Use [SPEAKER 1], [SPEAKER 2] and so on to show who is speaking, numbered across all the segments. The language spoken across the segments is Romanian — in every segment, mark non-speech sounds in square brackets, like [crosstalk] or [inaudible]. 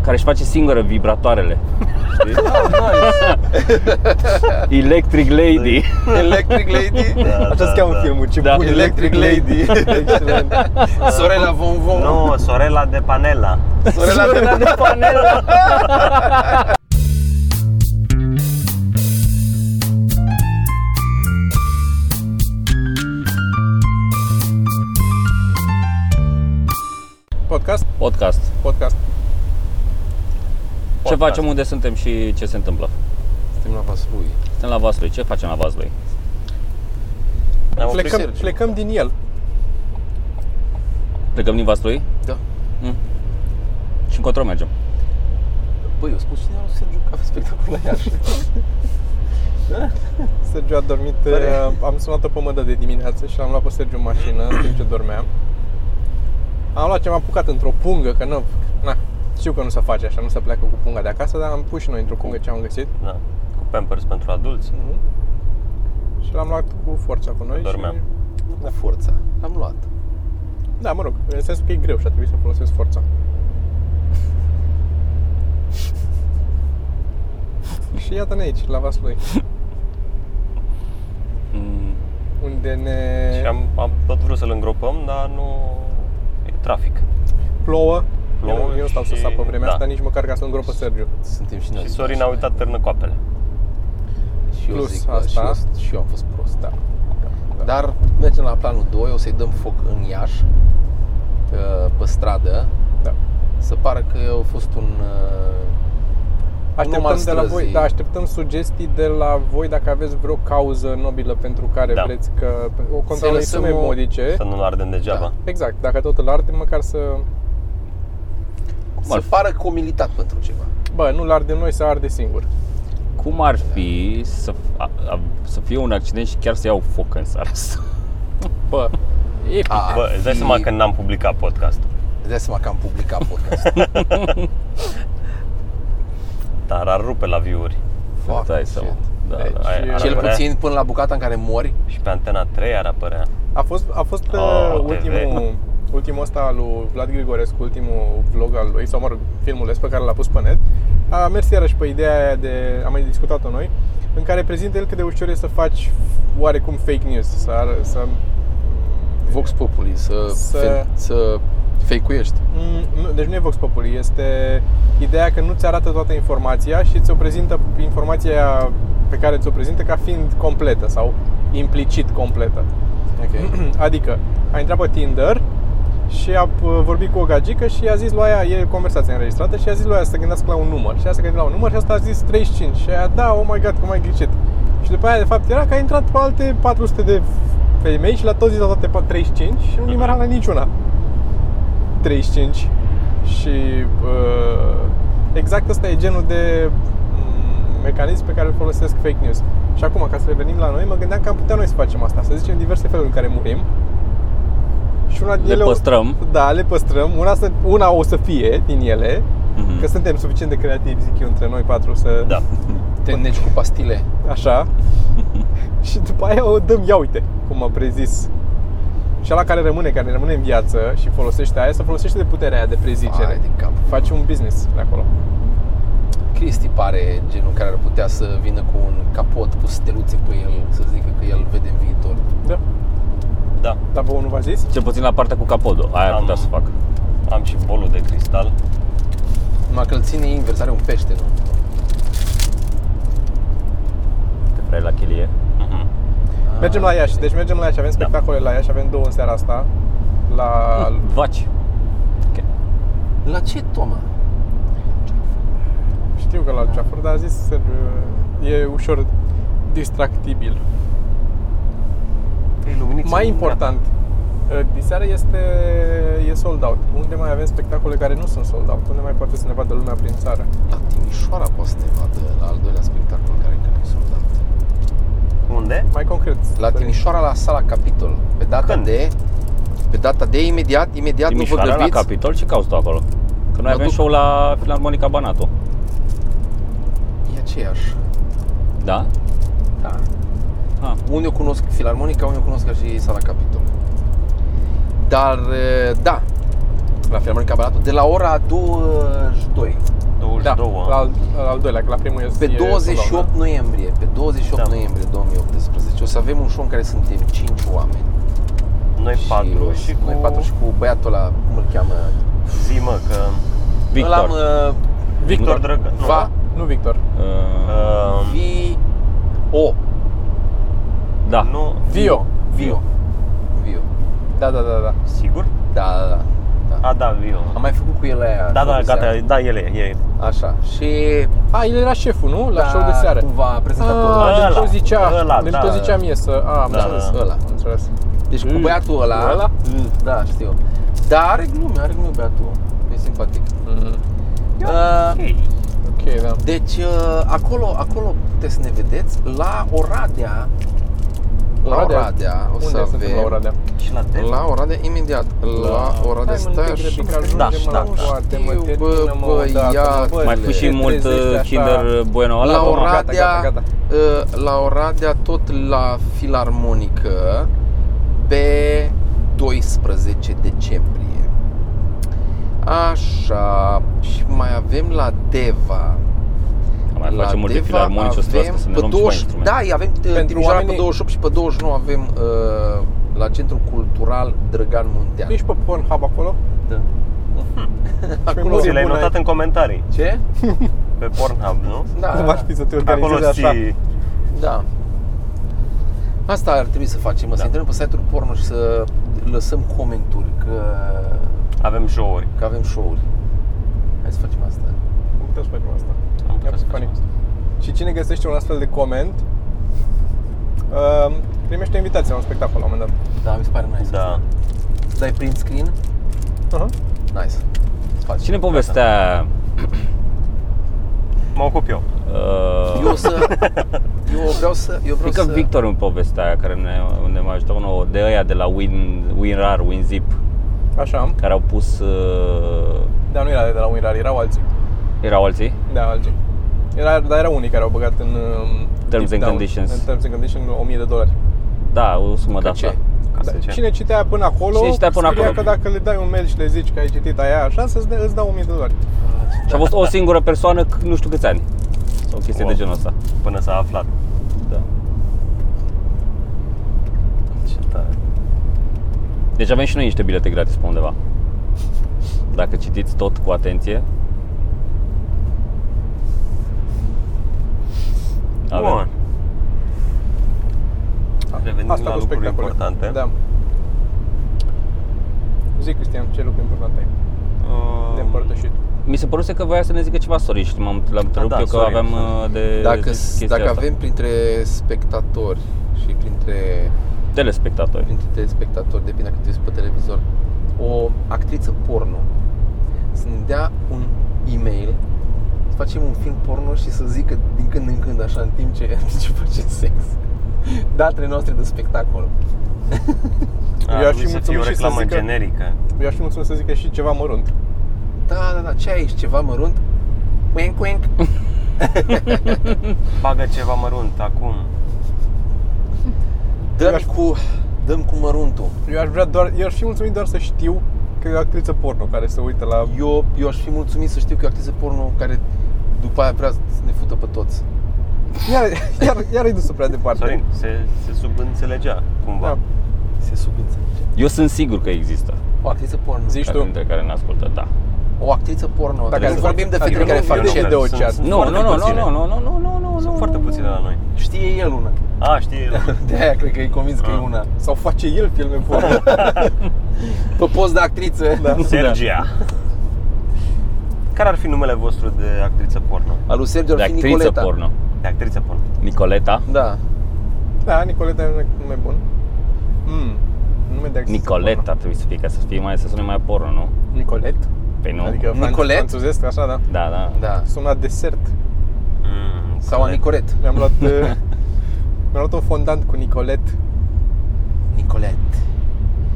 [SPEAKER 1] care își face singură vibratoarele. Știi?
[SPEAKER 2] Ah,
[SPEAKER 1] [laughs] Electric Lady.
[SPEAKER 2] Electric Lady?
[SPEAKER 3] Da,
[SPEAKER 2] Așa
[SPEAKER 3] da,
[SPEAKER 2] se cheamă
[SPEAKER 3] da.
[SPEAKER 2] filmul, ce
[SPEAKER 1] Da.
[SPEAKER 2] bun, Electric Lady. Excelent. Sorela Von Von.
[SPEAKER 3] Nu, Sorela de Panela.
[SPEAKER 2] Sorela de
[SPEAKER 1] de panelă.
[SPEAKER 2] Podcast?
[SPEAKER 1] Podcast.
[SPEAKER 2] Podcast.
[SPEAKER 1] Ce
[SPEAKER 3] Podcast.
[SPEAKER 1] facem, unde suntem și ce se întâmplă?
[SPEAKER 2] Suntem la Vaslui.
[SPEAKER 1] Suntem la Vaslui. Ce facem la Vaslui?
[SPEAKER 3] Ne-am oprit
[SPEAKER 2] Plecăm,
[SPEAKER 3] Sergiu.
[SPEAKER 2] plecăm din el.
[SPEAKER 1] Plecăm din Vaslui Mm.
[SPEAKER 2] Da.
[SPEAKER 1] și încotro mergem.
[SPEAKER 2] Băi, eu spun cine a lui Sergiu că a fost spectacol la Iași. Sergiu a dormit,
[SPEAKER 3] Pare-
[SPEAKER 2] uh, am sunat-o pe mădă de dimineață și am luat pe Sergiu în mașină în timp ce dormeam. Am luat ce m-am apucat într-o pungă, că nu, na, știu că nu se face așa, nu se pleacă cu punga de acasă, dar am pus și noi într-o pungă ce am găsit.
[SPEAKER 3] Da. Cu Pampers pentru adulți.
[SPEAKER 2] Mhm. Și l-am luat cu forța cu noi
[SPEAKER 3] Dormeam.
[SPEAKER 2] și...
[SPEAKER 4] Da, forța. Am luat.
[SPEAKER 2] Da, mă rog, în sensul că e greu și a trebuit să folosesc
[SPEAKER 3] [laughs]
[SPEAKER 2] forța. și iată-ne aici, la Vaslui,
[SPEAKER 1] Mm,
[SPEAKER 2] unde ne
[SPEAKER 3] Și am, am tot vrut să-l îngropăm, dar nu... E trafic.
[SPEAKER 2] plouă.
[SPEAKER 3] Plouă
[SPEAKER 2] eu, nu- eu nu stau să
[SPEAKER 3] și-
[SPEAKER 2] sap pe vremea
[SPEAKER 3] da.
[SPEAKER 2] asta, nici măcar ca să îngropă Sergiu.
[SPEAKER 4] Suntem și noi.
[SPEAKER 3] Și Sorin a uitat târnă coapele.
[SPEAKER 4] Și eu
[SPEAKER 2] Plus
[SPEAKER 4] zic, bă,
[SPEAKER 2] asta.
[SPEAKER 4] Și eu, și eu am fost prost, da.
[SPEAKER 2] Da.
[SPEAKER 4] Dar mergem la planul 2, o să-i dăm foc în Iași, uh, pe stradă.
[SPEAKER 2] Da.
[SPEAKER 4] Să pară că a fost un... uh, om
[SPEAKER 2] Așteptăm
[SPEAKER 4] al
[SPEAKER 2] de la voi,
[SPEAKER 4] străzii.
[SPEAKER 2] da, așteptăm sugestii de la voi dacă aveți vreo cauză nobilă pentru care
[SPEAKER 3] Da.
[SPEAKER 2] vreți că o contra
[SPEAKER 4] Să-i
[SPEAKER 2] unei
[SPEAKER 4] lăsăm
[SPEAKER 2] sume
[SPEAKER 4] o-
[SPEAKER 2] modice.
[SPEAKER 3] Să nu-l ardem degeaba.
[SPEAKER 2] Exact, dacă tot îl arde, măcar să
[SPEAKER 1] ar
[SPEAKER 4] Să
[SPEAKER 1] fi?
[SPEAKER 4] pară că o militat pentru ceva.
[SPEAKER 2] Bă, nu-l arde noi, să arde singur.
[SPEAKER 1] Cum ar fi să, a, a, să fie un accident și chiar să iau foc în seara asta?
[SPEAKER 2] Bă,
[SPEAKER 1] Epic.
[SPEAKER 4] A,
[SPEAKER 3] Bă, îți dai seama că n-am publicat podcastul.
[SPEAKER 4] Îți dai seama că am publicat podcast.
[SPEAKER 3] Dar ar rupe la view-uri.
[SPEAKER 4] Fuck,
[SPEAKER 1] Dai
[SPEAKER 4] shit.
[SPEAKER 1] seama. Da,
[SPEAKER 2] Deci,
[SPEAKER 1] da.
[SPEAKER 3] Ai- ar
[SPEAKER 4] Cel
[SPEAKER 3] apărea
[SPEAKER 4] puțin până la bucata în care mori,
[SPEAKER 3] Și pe antena 3 ar apărea.
[SPEAKER 2] A fost, a fost
[SPEAKER 3] Oh,
[SPEAKER 2] oh,
[SPEAKER 3] TV.
[SPEAKER 2] ultimul, ultimul ăsta al lui Vlad Grigorescu, ultimul vlog al lui, sau mă rog, filmul ăsta pe care l-a pus pe net. A mers iarăși pe ideea aia de, am mai discutat-o noi, în care prezintă el cât de ușor e să faci oarecum fake news, să, ar, să
[SPEAKER 4] Vox Populi, să,
[SPEAKER 2] Să-
[SPEAKER 4] să... să fake-uiești.
[SPEAKER 2] Mm, nu, deci nu e Vox Populi, este ideea că nu ți arată toată informația și ți-o prezintă informația pe care ți-o prezintă ca fiind completă sau implicit completă.
[SPEAKER 4] Okay.
[SPEAKER 2] [clears throat] Adică a intrat pe Tinder și a p- vorbit cu o gagică și a zis lui aia, e conversație înregistrată și a zis lui aia să se gândească la un număr. Și a se gândit la un număr și asta a zis 35 și aia, da, oh my god, cum ai ghicit. Și după aia, de fapt, era că a intrat pe alte 400 de femei și la toți zis la toate pe 35 și nu numera la niciuna. 35 și uh, exact asta e genul de mm, mecanism pe care îl folosesc fake news. Și acum, ca să revenim la noi, mă gândeam că am putea noi să facem asta, să zicem diverse feluri în care murim. Și una din
[SPEAKER 1] Le
[SPEAKER 2] ele o-
[SPEAKER 1] păstrăm.
[SPEAKER 2] da, le păstrăm. Una, să, una o să fie din ele,
[SPEAKER 1] Mhm.
[SPEAKER 2] că suntem suficient de creativi, zic eu, între noi patru să...
[SPEAKER 3] Da.
[SPEAKER 4] Te înneci cu pastile.
[SPEAKER 2] [laughs] Așa. [laughs] și după aia o dăm, ia uite, cum am prezis. Și la care rămâne, care rămâne în viață și folosește aia, să folosește de puterea aia de prezicere.
[SPEAKER 4] Vai de cap.
[SPEAKER 2] Faci un business de acolo.
[SPEAKER 4] Cristi pare genul care ar putea să vină cu un capot cu steluțe pe el, să zică că el vede în viitor.
[SPEAKER 2] Da.
[SPEAKER 3] Da.
[SPEAKER 2] Dar vouă nu v-a zis?
[SPEAKER 1] Cel puțin la partea cu capodul. Aia ar
[SPEAKER 3] Am-
[SPEAKER 1] putea să fac.
[SPEAKER 3] Am și bolul de cristal.
[SPEAKER 4] Numai că îl ține invers, are un pește, nu?
[SPEAKER 1] Te vrei la chelie.
[SPEAKER 3] Mhm.
[SPEAKER 2] Mergem la Iași. Deci mergem la Iași,
[SPEAKER 4] Da.
[SPEAKER 2] avem spectacole la Iași, avem două în seara asta. La...
[SPEAKER 1] Vaci.
[SPEAKER 4] La ce, Toma?
[SPEAKER 2] Știu că la Ceafăr, dar a zis Sergiu, e ușor distractibil.
[SPEAKER 3] E luminiță
[SPEAKER 2] Mai
[SPEAKER 3] în
[SPEAKER 2] important,
[SPEAKER 4] Da.
[SPEAKER 2] diseară este e sold out. Unde mai avem spectacole care nu sunt sold out? Unde mai poate să ne vadă lumea prin țară?
[SPEAKER 4] La Timișoara poate să te vadă la al doilea spectacol care încă nu da. e soldat.
[SPEAKER 3] dimineața. Unde?
[SPEAKER 2] Mai concret.
[SPEAKER 4] La Timișoara, la sala Capitol. Pe data
[SPEAKER 3] Când?
[SPEAKER 4] de... Pe data de imediat, imediat, nu vă
[SPEAKER 1] Timișoara la
[SPEAKER 4] grăbiți.
[SPEAKER 1] Capitol, ce cauți tu acolo? Că
[SPEAKER 4] Mă
[SPEAKER 1] noi avem
[SPEAKER 4] duc.
[SPEAKER 1] show la Filarmonica Banatu.
[SPEAKER 4] E aceeași.
[SPEAKER 1] Da?
[SPEAKER 4] Da.
[SPEAKER 1] Ah.
[SPEAKER 4] Unii o cunosc Filarmonica, unii o cunosc ca și sala Capitol. eh, Dar, e, da, la Filarmonica Balatul, de la ora 22
[SPEAKER 2] Da,
[SPEAKER 3] două.
[SPEAKER 2] la al, la al doilea, că la primul este
[SPEAKER 4] Pe 28
[SPEAKER 2] coloană.
[SPEAKER 4] noiembrie, pe 28
[SPEAKER 3] Da.
[SPEAKER 4] noiembrie 2018 o să avem un show în care suntem 5 oameni.
[SPEAKER 3] Noi patru și cu...
[SPEAKER 4] Noi patru și cu băiatul ăla, cum îl cheamă?
[SPEAKER 3] Zi, mă, că...
[SPEAKER 1] Victor.
[SPEAKER 4] Îl am, uh,
[SPEAKER 3] Victor
[SPEAKER 2] Victor,
[SPEAKER 3] Drăgă. nu.
[SPEAKER 4] va,
[SPEAKER 2] nu Victor.
[SPEAKER 1] Uh,
[SPEAKER 3] Uh,
[SPEAKER 4] vi, o,
[SPEAKER 1] da.
[SPEAKER 3] Nu,
[SPEAKER 2] Vio.
[SPEAKER 4] vio, vio.
[SPEAKER 2] Da, da, da, da.
[SPEAKER 3] sigur?
[SPEAKER 4] Da, da, da.
[SPEAKER 3] A, da, Vio.
[SPEAKER 4] Am mai făcut cu el aia.
[SPEAKER 3] Da,
[SPEAKER 4] show
[SPEAKER 3] da,
[SPEAKER 4] de
[SPEAKER 3] gata,
[SPEAKER 4] seară.
[SPEAKER 3] da, el e, e.
[SPEAKER 4] Așa. Și
[SPEAKER 2] A, el era șeful, nu? La
[SPEAKER 4] da,
[SPEAKER 2] show de seară.
[SPEAKER 4] Cumva prezentatorul.
[SPEAKER 2] Ah,
[SPEAKER 3] Ăla,
[SPEAKER 2] deci tot zicea,
[SPEAKER 3] ăla,
[SPEAKER 2] deci
[SPEAKER 3] da.
[SPEAKER 2] tot zicea mie să... A, am
[SPEAKER 3] Da,
[SPEAKER 2] înțeles.
[SPEAKER 3] da.
[SPEAKER 2] Am
[SPEAKER 4] Ăla.
[SPEAKER 2] înțeles.
[SPEAKER 4] Deci cu
[SPEAKER 2] Mm.
[SPEAKER 4] băiatul ăla,
[SPEAKER 2] Cu ăla?
[SPEAKER 4] Mm, da, știu. Dar are glume, are glume băiatul. E simpatic.
[SPEAKER 2] Mhm.
[SPEAKER 4] Uh,
[SPEAKER 2] Ok, da.
[SPEAKER 4] deci uh, acolo, acolo puteți să ne vedeți la Oradea. La
[SPEAKER 2] Oradea?
[SPEAKER 4] Oradea, o
[SPEAKER 2] Unde
[SPEAKER 4] să
[SPEAKER 2] suntem
[SPEAKER 4] avem.
[SPEAKER 2] la Oradea?
[SPEAKER 3] Și la
[SPEAKER 2] Deci,
[SPEAKER 3] te.
[SPEAKER 4] La Oradea imediat. La Oradea
[SPEAKER 2] Hai, mă, nu
[SPEAKER 4] stai
[SPEAKER 2] te grăbi,
[SPEAKER 4] așa.
[SPEAKER 2] că ajungem
[SPEAKER 3] Da,
[SPEAKER 2] la
[SPEAKER 3] da, da.
[SPEAKER 2] foarte, mă,
[SPEAKER 4] Știu,
[SPEAKER 2] te
[SPEAKER 4] bă,
[SPEAKER 2] tină, mă,
[SPEAKER 4] băiatule.
[SPEAKER 2] odată, bă,
[SPEAKER 1] Mai
[SPEAKER 4] le-
[SPEAKER 1] fă și
[SPEAKER 2] te
[SPEAKER 1] mult
[SPEAKER 2] trezești
[SPEAKER 1] uh,
[SPEAKER 2] așa.
[SPEAKER 1] Kinder Bueno ăla?
[SPEAKER 4] La
[SPEAKER 1] Domnul?
[SPEAKER 2] Gata,
[SPEAKER 4] Oradea,
[SPEAKER 2] gata, gata.
[SPEAKER 4] uh, la Oradea, tot la Filarmonică, pe 12 decembrie. Așa, și mai avem la Deva.
[SPEAKER 1] Mai
[SPEAKER 4] la
[SPEAKER 1] facem multe filarmonici, o să
[SPEAKER 4] avem
[SPEAKER 1] trească să ne
[SPEAKER 4] pe
[SPEAKER 1] luăm
[SPEAKER 4] 20
[SPEAKER 1] și mai
[SPEAKER 4] Da, avem
[SPEAKER 2] Pentru
[SPEAKER 4] Pentru Timișoara pe
[SPEAKER 2] oamenii-
[SPEAKER 4] 28 și pe 29 avem uh, la Centrul Cultural Drăgan Muntean.
[SPEAKER 2] Ești pe Pornhub acolo? [laughs]
[SPEAKER 3] Da.
[SPEAKER 2] Nu,
[SPEAKER 4] Acolo,
[SPEAKER 2] e
[SPEAKER 3] Ți le-ai
[SPEAKER 2] bună,
[SPEAKER 3] notat
[SPEAKER 2] e.
[SPEAKER 3] în comentarii,
[SPEAKER 4] ce?
[SPEAKER 3] pe Pornhub, nu?
[SPEAKER 4] Da,
[SPEAKER 2] Cum ar fi să te organizezi
[SPEAKER 3] Acolo
[SPEAKER 2] așa?
[SPEAKER 3] știi...
[SPEAKER 4] Da. Asta ar trebui să facem, mă, să
[SPEAKER 3] Da.
[SPEAKER 4] intrăm pe site-uri porno și să lăsăm comenturi că,
[SPEAKER 3] Avem show-uri.
[SPEAKER 4] că avem show-uri. Hai să facem asta.
[SPEAKER 2] Cum putem să facem asta?
[SPEAKER 3] Am
[SPEAKER 2] Ia
[SPEAKER 3] putea să
[SPEAKER 2] pe
[SPEAKER 3] facem
[SPEAKER 2] funny.
[SPEAKER 3] asta.
[SPEAKER 2] Și cine găsește un astfel de coment, uh, primește invitația la un spectacol la un moment dat.
[SPEAKER 4] Da, mi se pare nice.
[SPEAKER 3] Da.
[SPEAKER 4] Dai print screen?
[SPEAKER 2] Uh-huh.
[SPEAKER 4] Nice. Să facem.
[SPEAKER 1] Cine povestea
[SPEAKER 3] Mă ocup eu.
[SPEAKER 1] uh,
[SPEAKER 4] Eu o
[SPEAKER 1] [laughs]
[SPEAKER 4] să... Eu vreau să... Eu vreau
[SPEAKER 1] Cred că
[SPEAKER 4] să...
[SPEAKER 1] Victor îmi povestea aia care ne, ne mai ajută nouă, de aia de la Win, WinRAR, WinZip,
[SPEAKER 2] Așa,
[SPEAKER 1] care au pus, uh,
[SPEAKER 2] dar nu era de la Winrar, erau alții.
[SPEAKER 1] erau alții?
[SPEAKER 2] Da, alții. Era, dar erau unii care au băgat în um,
[SPEAKER 1] Terms
[SPEAKER 2] deep
[SPEAKER 1] and
[SPEAKER 2] down,
[SPEAKER 1] conditions.
[SPEAKER 2] În terms and conditions 1000 de dolari.
[SPEAKER 1] Da, o sumă de
[SPEAKER 4] Că
[SPEAKER 1] asta.
[SPEAKER 4] ce?
[SPEAKER 3] Ca să
[SPEAKER 2] Da,
[SPEAKER 3] ce?
[SPEAKER 2] cine citea până acolo,
[SPEAKER 1] Cine citea până
[SPEAKER 2] scria
[SPEAKER 1] acolo.
[SPEAKER 2] că dacă le dai un mail și le zici că ai citit aia așa, să-ți dă, îți dau 1000 de dolari.
[SPEAKER 4] Da.
[SPEAKER 1] Și a fost o singură persoană, c- nu știu câți ani, sau chestii
[SPEAKER 3] Wow.
[SPEAKER 1] de genul ăsta.
[SPEAKER 3] Până s-a aflat.
[SPEAKER 1] Da.
[SPEAKER 3] Ce tare.
[SPEAKER 1] Deci avem și noi niște bilete gratis pe undeva. Dacă citiți tot cu atenție. Avem.
[SPEAKER 3] Bun. Revenim
[SPEAKER 2] Asta
[SPEAKER 3] la
[SPEAKER 2] cu
[SPEAKER 3] lucruri
[SPEAKER 2] spectacole.
[SPEAKER 3] importante.
[SPEAKER 2] Da. Zi, Cristian, ce lucru important ai
[SPEAKER 3] Uh,
[SPEAKER 2] de împărtășit?
[SPEAKER 1] Mi se păruse că voia să ne zică ceva Sorin și m-am l-am întrerupt
[SPEAKER 3] da,
[SPEAKER 1] eu că
[SPEAKER 3] Sorin.
[SPEAKER 1] aveam uh, de
[SPEAKER 4] Dacă,
[SPEAKER 1] zis chestia
[SPEAKER 4] dacă
[SPEAKER 1] asta.
[SPEAKER 4] avem printre spectatori și printre
[SPEAKER 1] telespectatori.
[SPEAKER 4] printre telespectatori, depinde dacă te uiți pe televizor, o actriță porno să ne dea un e-mail, să facem un film porno și să zică din când în când, așa, în timp ce, ce facem sex, datele noastre de spectacol.
[SPEAKER 3] ar
[SPEAKER 2] Eu aș
[SPEAKER 3] trebui
[SPEAKER 2] fi
[SPEAKER 3] să fie o
[SPEAKER 2] mulțumit și să
[SPEAKER 3] reclamă
[SPEAKER 2] zică-
[SPEAKER 3] generică.
[SPEAKER 2] Eu aș fi mulțumit să zic că și ceva mărunt.
[SPEAKER 4] Da, da, da, ce ai aici? Ceva mărunt? Wink, wink.
[SPEAKER 3] Bagă ceva mărunt acum.
[SPEAKER 4] Dăm cu, dăm cu măruntul.
[SPEAKER 2] Eu aș vrea doar, eu aș fi mulțumit doar să știu că e o actriță porno care se uită la... [laughs]
[SPEAKER 4] Eu, eu aș fi mulțumit să știu că e o actriță porno care după aia vrea să ne fută pe toți.
[SPEAKER 2] Iar, iar, iar ai dus prea departe.
[SPEAKER 3] Sorin, se, se subînțelegea cumva.
[SPEAKER 2] Da.
[SPEAKER 4] Se subînțelege.
[SPEAKER 1] Eu sunt sigur că există.
[SPEAKER 4] O actriță porno.
[SPEAKER 2] Zici
[SPEAKER 1] Care
[SPEAKER 2] tu.
[SPEAKER 1] dintre care ne ascultă, da.
[SPEAKER 4] o actriță porno.
[SPEAKER 2] Dacă
[SPEAKER 4] Dacă
[SPEAKER 2] ar
[SPEAKER 4] nu
[SPEAKER 2] fi-
[SPEAKER 4] vorbim de
[SPEAKER 2] dacă
[SPEAKER 4] fetele
[SPEAKER 2] nu
[SPEAKER 4] care
[SPEAKER 2] vorbim
[SPEAKER 4] fac
[SPEAKER 2] de
[SPEAKER 4] cel.
[SPEAKER 2] două ceas.
[SPEAKER 3] Sunt [laughs]
[SPEAKER 1] Nu, nu,
[SPEAKER 3] foarte
[SPEAKER 1] nu, nu,
[SPEAKER 3] puține.
[SPEAKER 1] nu, nu, nu, nu, nu, nu, nu.
[SPEAKER 3] Sunt foarte puține la noi.
[SPEAKER 4] Știe el una.
[SPEAKER 3] A, știi,
[SPEAKER 2] [laughs]
[SPEAKER 4] De aia cred că e convins că e una.
[SPEAKER 2] Sau face el filme porno.
[SPEAKER 4] Pe post de actriță.
[SPEAKER 2] da.
[SPEAKER 3] Sergia. Care ar fi numele vostru de actriță porno?
[SPEAKER 4] Al lui Sergio
[SPEAKER 1] De
[SPEAKER 4] ar fi
[SPEAKER 1] actriță
[SPEAKER 4] Nicoleta.
[SPEAKER 1] porno.
[SPEAKER 3] De actriță porno.
[SPEAKER 1] Nicoleta.
[SPEAKER 4] Da.
[SPEAKER 2] Da, Nicoleta e un nume bun. Mm. Nume de actriță
[SPEAKER 1] Nicoleta ar trebui să fie, ca să fie mai, să sune mai porno, nu?
[SPEAKER 2] porno. Nicolet?
[SPEAKER 1] Păi nu?
[SPEAKER 2] Adică fran-
[SPEAKER 4] Nicolet?
[SPEAKER 2] franțuzesc, așa, da.
[SPEAKER 1] Da, da.
[SPEAKER 4] Da.
[SPEAKER 2] Sună desert.
[SPEAKER 3] Mm,
[SPEAKER 4] Sau a Nicolet.
[SPEAKER 2] Mi-am
[SPEAKER 1] [laughs]
[SPEAKER 2] luat, uh, mi-am luat un fondant cu Nicolet.
[SPEAKER 4] Nicolet.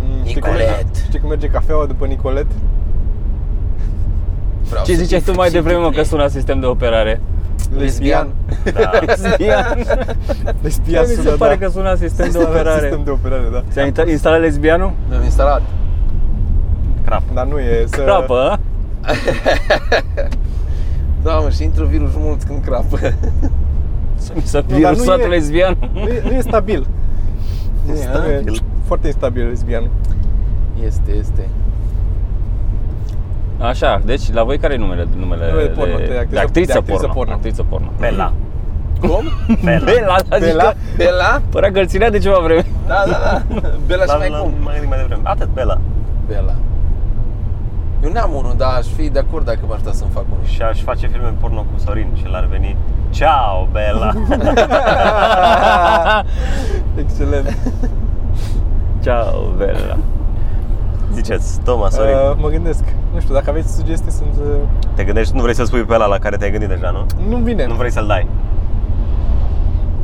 [SPEAKER 2] Mm, știi cum-
[SPEAKER 4] Nicolet.
[SPEAKER 2] Știi cum merge cafeaua după Nicolet?
[SPEAKER 4] Vreau
[SPEAKER 1] Ce
[SPEAKER 4] să
[SPEAKER 1] ziceai
[SPEAKER 4] fiu
[SPEAKER 1] tu mai devreme mă, că
[SPEAKER 4] simplu.
[SPEAKER 1] sună sistem de operare?
[SPEAKER 4] Lesbian.
[SPEAKER 3] Da.
[SPEAKER 1] Lesbian?
[SPEAKER 2] Lesbian
[SPEAKER 1] Mi
[SPEAKER 2] sună,
[SPEAKER 1] se pare
[SPEAKER 2] da.
[SPEAKER 1] că sună sistem de
[SPEAKER 2] Sună
[SPEAKER 1] operare.
[SPEAKER 2] Sistem de operare, da.
[SPEAKER 1] Ți-a intra- instalat lesbianul?
[SPEAKER 4] Mi-am instalat.
[SPEAKER 3] Crap.
[SPEAKER 1] ă?
[SPEAKER 2] Dar nu e să...
[SPEAKER 1] Crapă, a?
[SPEAKER 4] Da, mă, și intră virus mulți când crapă.
[SPEAKER 1] Să mi se
[SPEAKER 2] nu
[SPEAKER 1] virusat
[SPEAKER 2] e-
[SPEAKER 1] lesbian.
[SPEAKER 2] Nu e, nu e
[SPEAKER 1] [laughs]
[SPEAKER 2] stabil. Nu e, nu e
[SPEAKER 4] Stabil.
[SPEAKER 2] foarte instabil lesbianul.
[SPEAKER 1] Adică-
[SPEAKER 4] Este, este.
[SPEAKER 1] Așa, deci la voi care e numele? Numele
[SPEAKER 2] Numele porno, de actriță-
[SPEAKER 1] de actriță,
[SPEAKER 2] de actriță
[SPEAKER 1] porno.
[SPEAKER 2] porno.
[SPEAKER 1] Actriță porno.
[SPEAKER 2] [laughs]
[SPEAKER 3] Bela.
[SPEAKER 4] [laughs] Cum?
[SPEAKER 1] Bela. Bela, da,
[SPEAKER 2] Bela?
[SPEAKER 1] Bela?
[SPEAKER 4] Bela?
[SPEAKER 1] Părea că îl ținea de ceva vreme.
[SPEAKER 4] Da, da, da. Bela și
[SPEAKER 3] Dar
[SPEAKER 4] mai
[SPEAKER 3] la-
[SPEAKER 4] cum?
[SPEAKER 3] mai gândim mai devreme. Atât, Bela.
[SPEAKER 4] Bela. Eu n-am unul, dar aș fi de acord dacă m-aș da să-mi fac unul.
[SPEAKER 3] Și aș face filme porno cu Sorin și l-ar veni Ciao, Bela!
[SPEAKER 1] [laughs]
[SPEAKER 2] Excelent.
[SPEAKER 1] Ciao, Bela.
[SPEAKER 3] Ziceți, Toma, Sorin,
[SPEAKER 2] Uh, mă gândesc. Nu știu, dacă aveți sugestii, sunt... Uh,
[SPEAKER 3] te gândești, nu vrei să spui pe ăla la care te-ai gândit deja, nu?
[SPEAKER 2] nu vine.
[SPEAKER 3] Nu vrei să-l dai.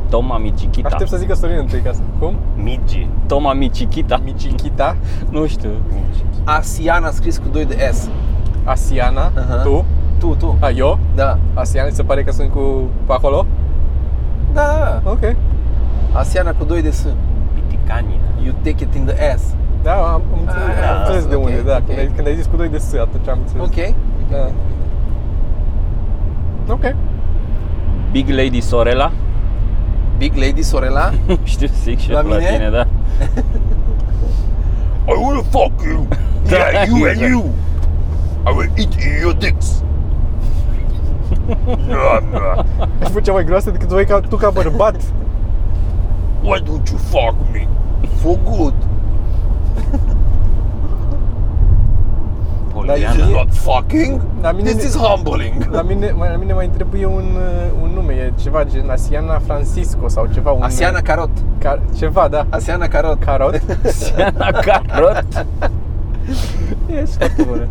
[SPEAKER 1] Toma Michichita.
[SPEAKER 2] Aștept să zică Sorin întâi ca să... Cum?
[SPEAKER 3] Migi.
[SPEAKER 1] Toma Michichita.
[SPEAKER 2] Michichita,
[SPEAKER 1] Nu știu.
[SPEAKER 4] Asiana scris cu 2 de S.
[SPEAKER 2] Asiana,
[SPEAKER 4] Aha.
[SPEAKER 2] tu,
[SPEAKER 4] Tu, tu.
[SPEAKER 2] a, eu,
[SPEAKER 4] Da.
[SPEAKER 2] Asiana, ți se pare că sunt cu pe acolo?
[SPEAKER 4] Da, da, da.
[SPEAKER 2] Ok.
[SPEAKER 4] Asiana cu 2 de S.
[SPEAKER 3] Piticania.
[SPEAKER 4] You take it in the ass.
[SPEAKER 2] Da, am, am înțeles,
[SPEAKER 3] Ah,
[SPEAKER 2] am înțeles de
[SPEAKER 4] ok,
[SPEAKER 2] unde, da.
[SPEAKER 4] ok.
[SPEAKER 2] Când, ai, când ai zis cu doi de S, atunci am înțeles.
[SPEAKER 4] Ok?
[SPEAKER 2] Da. Ok.
[SPEAKER 1] Big Lady [laughs] Sorela.
[SPEAKER 4] Big Lady Sorela?
[SPEAKER 1] Știu, zic și
[SPEAKER 4] La
[SPEAKER 1] la,
[SPEAKER 4] mine?
[SPEAKER 1] tine, da.
[SPEAKER 5] I wanna fuck you. Yeah, you and you. I will eat your dicks. Nah, nah.
[SPEAKER 2] Aș fi cea mai groasă decât voi ca tu ca bărbat.
[SPEAKER 5] Why don't you fuck me?
[SPEAKER 4] For good.
[SPEAKER 2] Dar
[SPEAKER 5] This
[SPEAKER 2] mie-
[SPEAKER 5] is not fucking.
[SPEAKER 2] la mine,
[SPEAKER 5] This is humbling.
[SPEAKER 2] la mine, mai- la mine mai trebuie un, uh, un nume, e ceva gen Asiana Francisco sau ceva. Un,
[SPEAKER 4] Asiana Carot.
[SPEAKER 2] Ca, ceva, da.
[SPEAKER 4] Asiana Carot.
[SPEAKER 2] Carot.
[SPEAKER 1] Diana Carrot.
[SPEAKER 2] Ești foarte bună.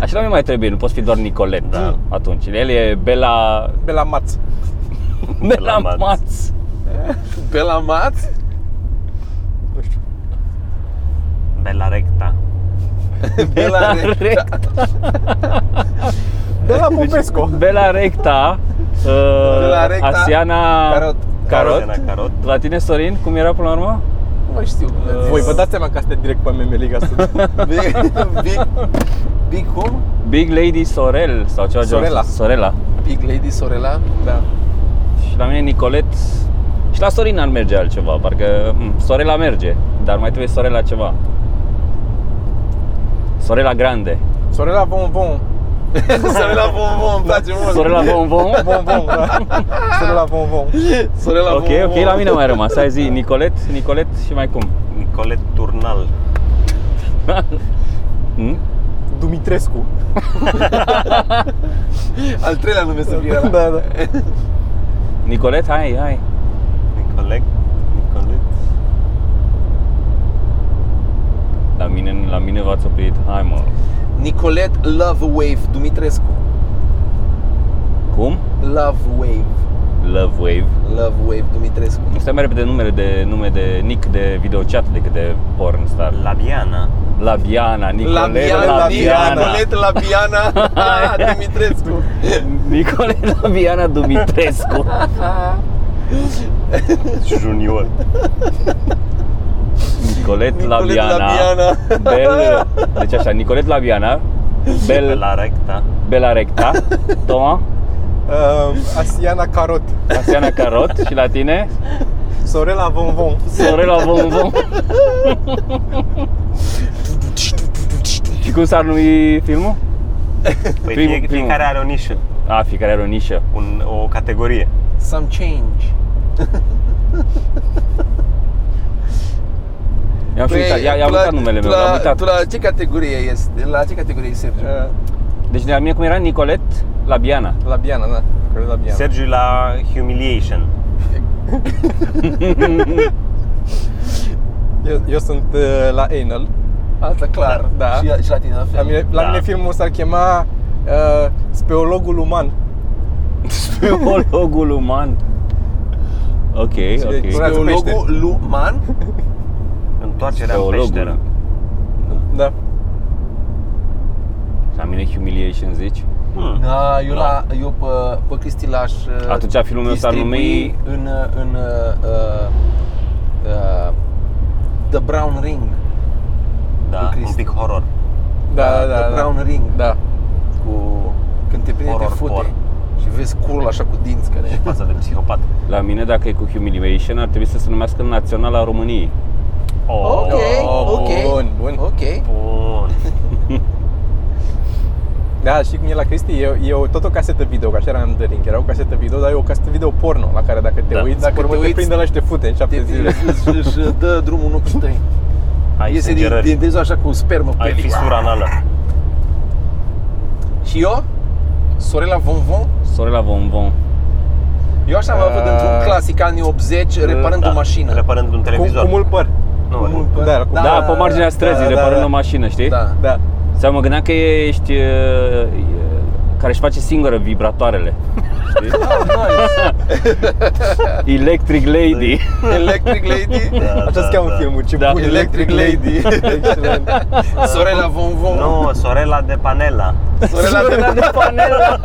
[SPEAKER 1] Așa la mine mai trebuie, nu poți fi doar Nicolet.
[SPEAKER 3] Da.
[SPEAKER 1] Atunci, el e Bela...
[SPEAKER 2] Bela Maț.
[SPEAKER 1] Bela
[SPEAKER 3] Maț.
[SPEAKER 1] Maț.
[SPEAKER 4] Bela Mat?
[SPEAKER 2] Nu știu.
[SPEAKER 3] Bela Recta.
[SPEAKER 4] Bela Re- Da,
[SPEAKER 1] Recta.
[SPEAKER 4] [laughs]
[SPEAKER 2] Bela Popesco.
[SPEAKER 1] Bela Recta. uh,
[SPEAKER 4] Bela Recta,
[SPEAKER 1] Asiana...
[SPEAKER 4] Carot.
[SPEAKER 1] Carot.
[SPEAKER 3] Bela Carot.
[SPEAKER 1] La tine, Sorin, cum era până la urmă?
[SPEAKER 4] Nu mai știu cum le-a zis.
[SPEAKER 2] Voi vă dați seama că asta e direct pe meme Liga [laughs] Sud.
[SPEAKER 4] Big, big, big cum?
[SPEAKER 1] Big Lady Sorel sau ceva genul
[SPEAKER 2] Sorela.
[SPEAKER 1] ăsta. Sorela.
[SPEAKER 4] Big Lady Sorela?
[SPEAKER 2] Da.
[SPEAKER 1] Și la mine Nicolet și la Sorin ar merge altceva, parcă m, Sorela merge, dar mai trebuie Sorela ceva. Sorela Grande.
[SPEAKER 2] Sorela Von Von.
[SPEAKER 4] Sorela Bonbon, îmi place mult.
[SPEAKER 1] Sorela Vom Vom.
[SPEAKER 2] Von Von, da. Sorela Von Von.
[SPEAKER 4] Sorela
[SPEAKER 1] Ok,
[SPEAKER 4] Bonbon.
[SPEAKER 1] ok, la mine a mai rămas. Hai zi, Nicolet, Nicolet și mai cum?
[SPEAKER 3] Nicolet Turnal.
[SPEAKER 1] Hm?
[SPEAKER 2] Dumitrescu.
[SPEAKER 4] Al treilea nume să fie ăla.
[SPEAKER 2] [laughs] Da, da.
[SPEAKER 1] Nicolet, hai, hai.
[SPEAKER 3] Nicolet. Nicolet.
[SPEAKER 1] La mine, la mine v-ați oprit. Hai, mă.
[SPEAKER 4] Nicolet Love Wave Dumitrescu.
[SPEAKER 1] Cum?
[SPEAKER 4] Love Wave.
[SPEAKER 1] Love Wave.
[SPEAKER 4] Love Wave Dumitrescu.
[SPEAKER 1] Asta mai repede numele de nume de nick de videochat decât de porn star.
[SPEAKER 3] Labiana.
[SPEAKER 1] Labiana, Nicolet,
[SPEAKER 4] Labiana,
[SPEAKER 1] Labiana.
[SPEAKER 4] Nicolet Labiana Ah, Dumitrescu.
[SPEAKER 1] Nicole Labiana Dumitrescu.
[SPEAKER 3] Junior.
[SPEAKER 1] Nicolet
[SPEAKER 4] Nicolet
[SPEAKER 1] Labiana.
[SPEAKER 4] Labiana.
[SPEAKER 1] Bel, deci așa, Nicolet Labiana, Bel,
[SPEAKER 3] Bela Recta.
[SPEAKER 1] Bela Recta, Toma,
[SPEAKER 2] Uh, Asiana Carot.
[SPEAKER 1] Asiana Carot și la tine,
[SPEAKER 2] Sorela Von Von.
[SPEAKER 1] Sorela Vom [laughs] Vom. și cum s-ar numi filmul?
[SPEAKER 3] Păi
[SPEAKER 1] Primul,
[SPEAKER 3] fie,
[SPEAKER 1] primul.
[SPEAKER 3] fiecare are o nișă,
[SPEAKER 1] A, fiecare are o nișă.
[SPEAKER 3] un, o categorie.
[SPEAKER 4] Some change.
[SPEAKER 1] I-am și
[SPEAKER 4] Păi,
[SPEAKER 1] uitat, i-am
[SPEAKER 4] tu la-
[SPEAKER 1] uitat numele meu,
[SPEAKER 4] tu la,
[SPEAKER 1] l-am uitat.
[SPEAKER 4] Tu la ce categorie este? La ce categorie este Sergiu?
[SPEAKER 2] Uh,
[SPEAKER 1] Deci de la mine cum era Nicolet Labiana. [laughs]
[SPEAKER 2] Labiana, da. Nicolet Labiana.
[SPEAKER 3] Sergiu e la Humiliation.
[SPEAKER 2] Eu, eu sunt uh, la Anal.
[SPEAKER 4] Asta clar.
[SPEAKER 2] Da.
[SPEAKER 4] Și, la- și la tine la fel.
[SPEAKER 2] La mine, la
[SPEAKER 3] Da.
[SPEAKER 2] mine filmul s-ar chema uh, Speologul Uman.
[SPEAKER 1] Psihologul uman. Ok, ok.
[SPEAKER 2] Spuneați pește.
[SPEAKER 4] Teologul Luman?
[SPEAKER 3] Întoarcerea în
[SPEAKER 1] Psihologul.
[SPEAKER 3] peșteră.
[SPEAKER 2] Da.
[SPEAKER 1] La mine humiliation zici?
[SPEAKER 3] Hmm.
[SPEAKER 4] Da, eu, la, eu pe, pe Cristi l-aș uh,
[SPEAKER 1] Atunci filmul meu s-ar
[SPEAKER 4] distribui
[SPEAKER 1] numi-
[SPEAKER 4] în, uh, în uh, uh, uh, The Brown Ring
[SPEAKER 3] Da,
[SPEAKER 4] Cu Cristi.
[SPEAKER 3] un Da, pic horror.
[SPEAKER 2] Da, da,
[SPEAKER 4] The
[SPEAKER 2] da.
[SPEAKER 4] Brown Ring
[SPEAKER 2] Da.
[SPEAKER 4] Cu când te prinde, te
[SPEAKER 3] Horror
[SPEAKER 4] fute.
[SPEAKER 3] porn.
[SPEAKER 4] Și vezi curul așa cu dinți
[SPEAKER 2] [laughs]
[SPEAKER 4] care...
[SPEAKER 3] fața de psihopat.
[SPEAKER 1] La mine, dacă e cu humiliation, ar trebui să se numească Naționala României.
[SPEAKER 4] Ok, ok,
[SPEAKER 2] Oh, bun, bun.
[SPEAKER 4] ok.
[SPEAKER 3] Oh, Bun.
[SPEAKER 2] Da, știi cum e la Cristi? E, e o, tot o casetă video, că așa era Undering, era o casetă video, dar e o casetă video porno, la care dacă te
[SPEAKER 3] Da.
[SPEAKER 2] uiți,
[SPEAKER 4] Dacă
[SPEAKER 2] dacă
[SPEAKER 4] te
[SPEAKER 2] te, te
[SPEAKER 4] uiți,
[SPEAKER 2] prinde la și te fute în șapte
[SPEAKER 4] Te
[SPEAKER 2] [laughs] zile.
[SPEAKER 4] și își dă drumul în ochii tăi.
[SPEAKER 3] Ai
[SPEAKER 4] Iese din,
[SPEAKER 3] sângerări.
[SPEAKER 4] din trezor așa cu spermă pe
[SPEAKER 3] Ai
[SPEAKER 4] el.
[SPEAKER 3] fisura anală.
[SPEAKER 4] Și eu, Sorela Von Von,
[SPEAKER 1] Sorela Bonbon.
[SPEAKER 4] eu așa am avut
[SPEAKER 2] Ah.
[SPEAKER 4] într-un clasic anii 80, reparând
[SPEAKER 3] Uh, Da,
[SPEAKER 4] o mașină.
[SPEAKER 3] Reparând un
[SPEAKER 2] Cu,
[SPEAKER 3] televizor.
[SPEAKER 2] cu mult păr.
[SPEAKER 3] Nu,
[SPEAKER 4] cu mult
[SPEAKER 3] nu.
[SPEAKER 4] păr.
[SPEAKER 2] Da, cu-
[SPEAKER 1] Da, da, pe marginea străzii, da, reparând da, da. o mașină, știi?
[SPEAKER 4] Da.
[SPEAKER 2] Da.
[SPEAKER 1] Sau mă gândeam că ești e, e, care își face singură vibratoarele.
[SPEAKER 4] Ah,
[SPEAKER 1] Știi? [laughs] Electric Lady.
[SPEAKER 4] Electric Lady,
[SPEAKER 3] [laughs] Da,
[SPEAKER 2] Așa
[SPEAKER 3] da,
[SPEAKER 2] se cheamă
[SPEAKER 3] da.
[SPEAKER 2] filmul, ce
[SPEAKER 1] Da.
[SPEAKER 2] bun, Electric Lady. [laughs] Da, Excelent.
[SPEAKER 4] Sorela Von Von.
[SPEAKER 3] Nu, Sorela de Panela.
[SPEAKER 4] Sorela de...
[SPEAKER 1] de panelă.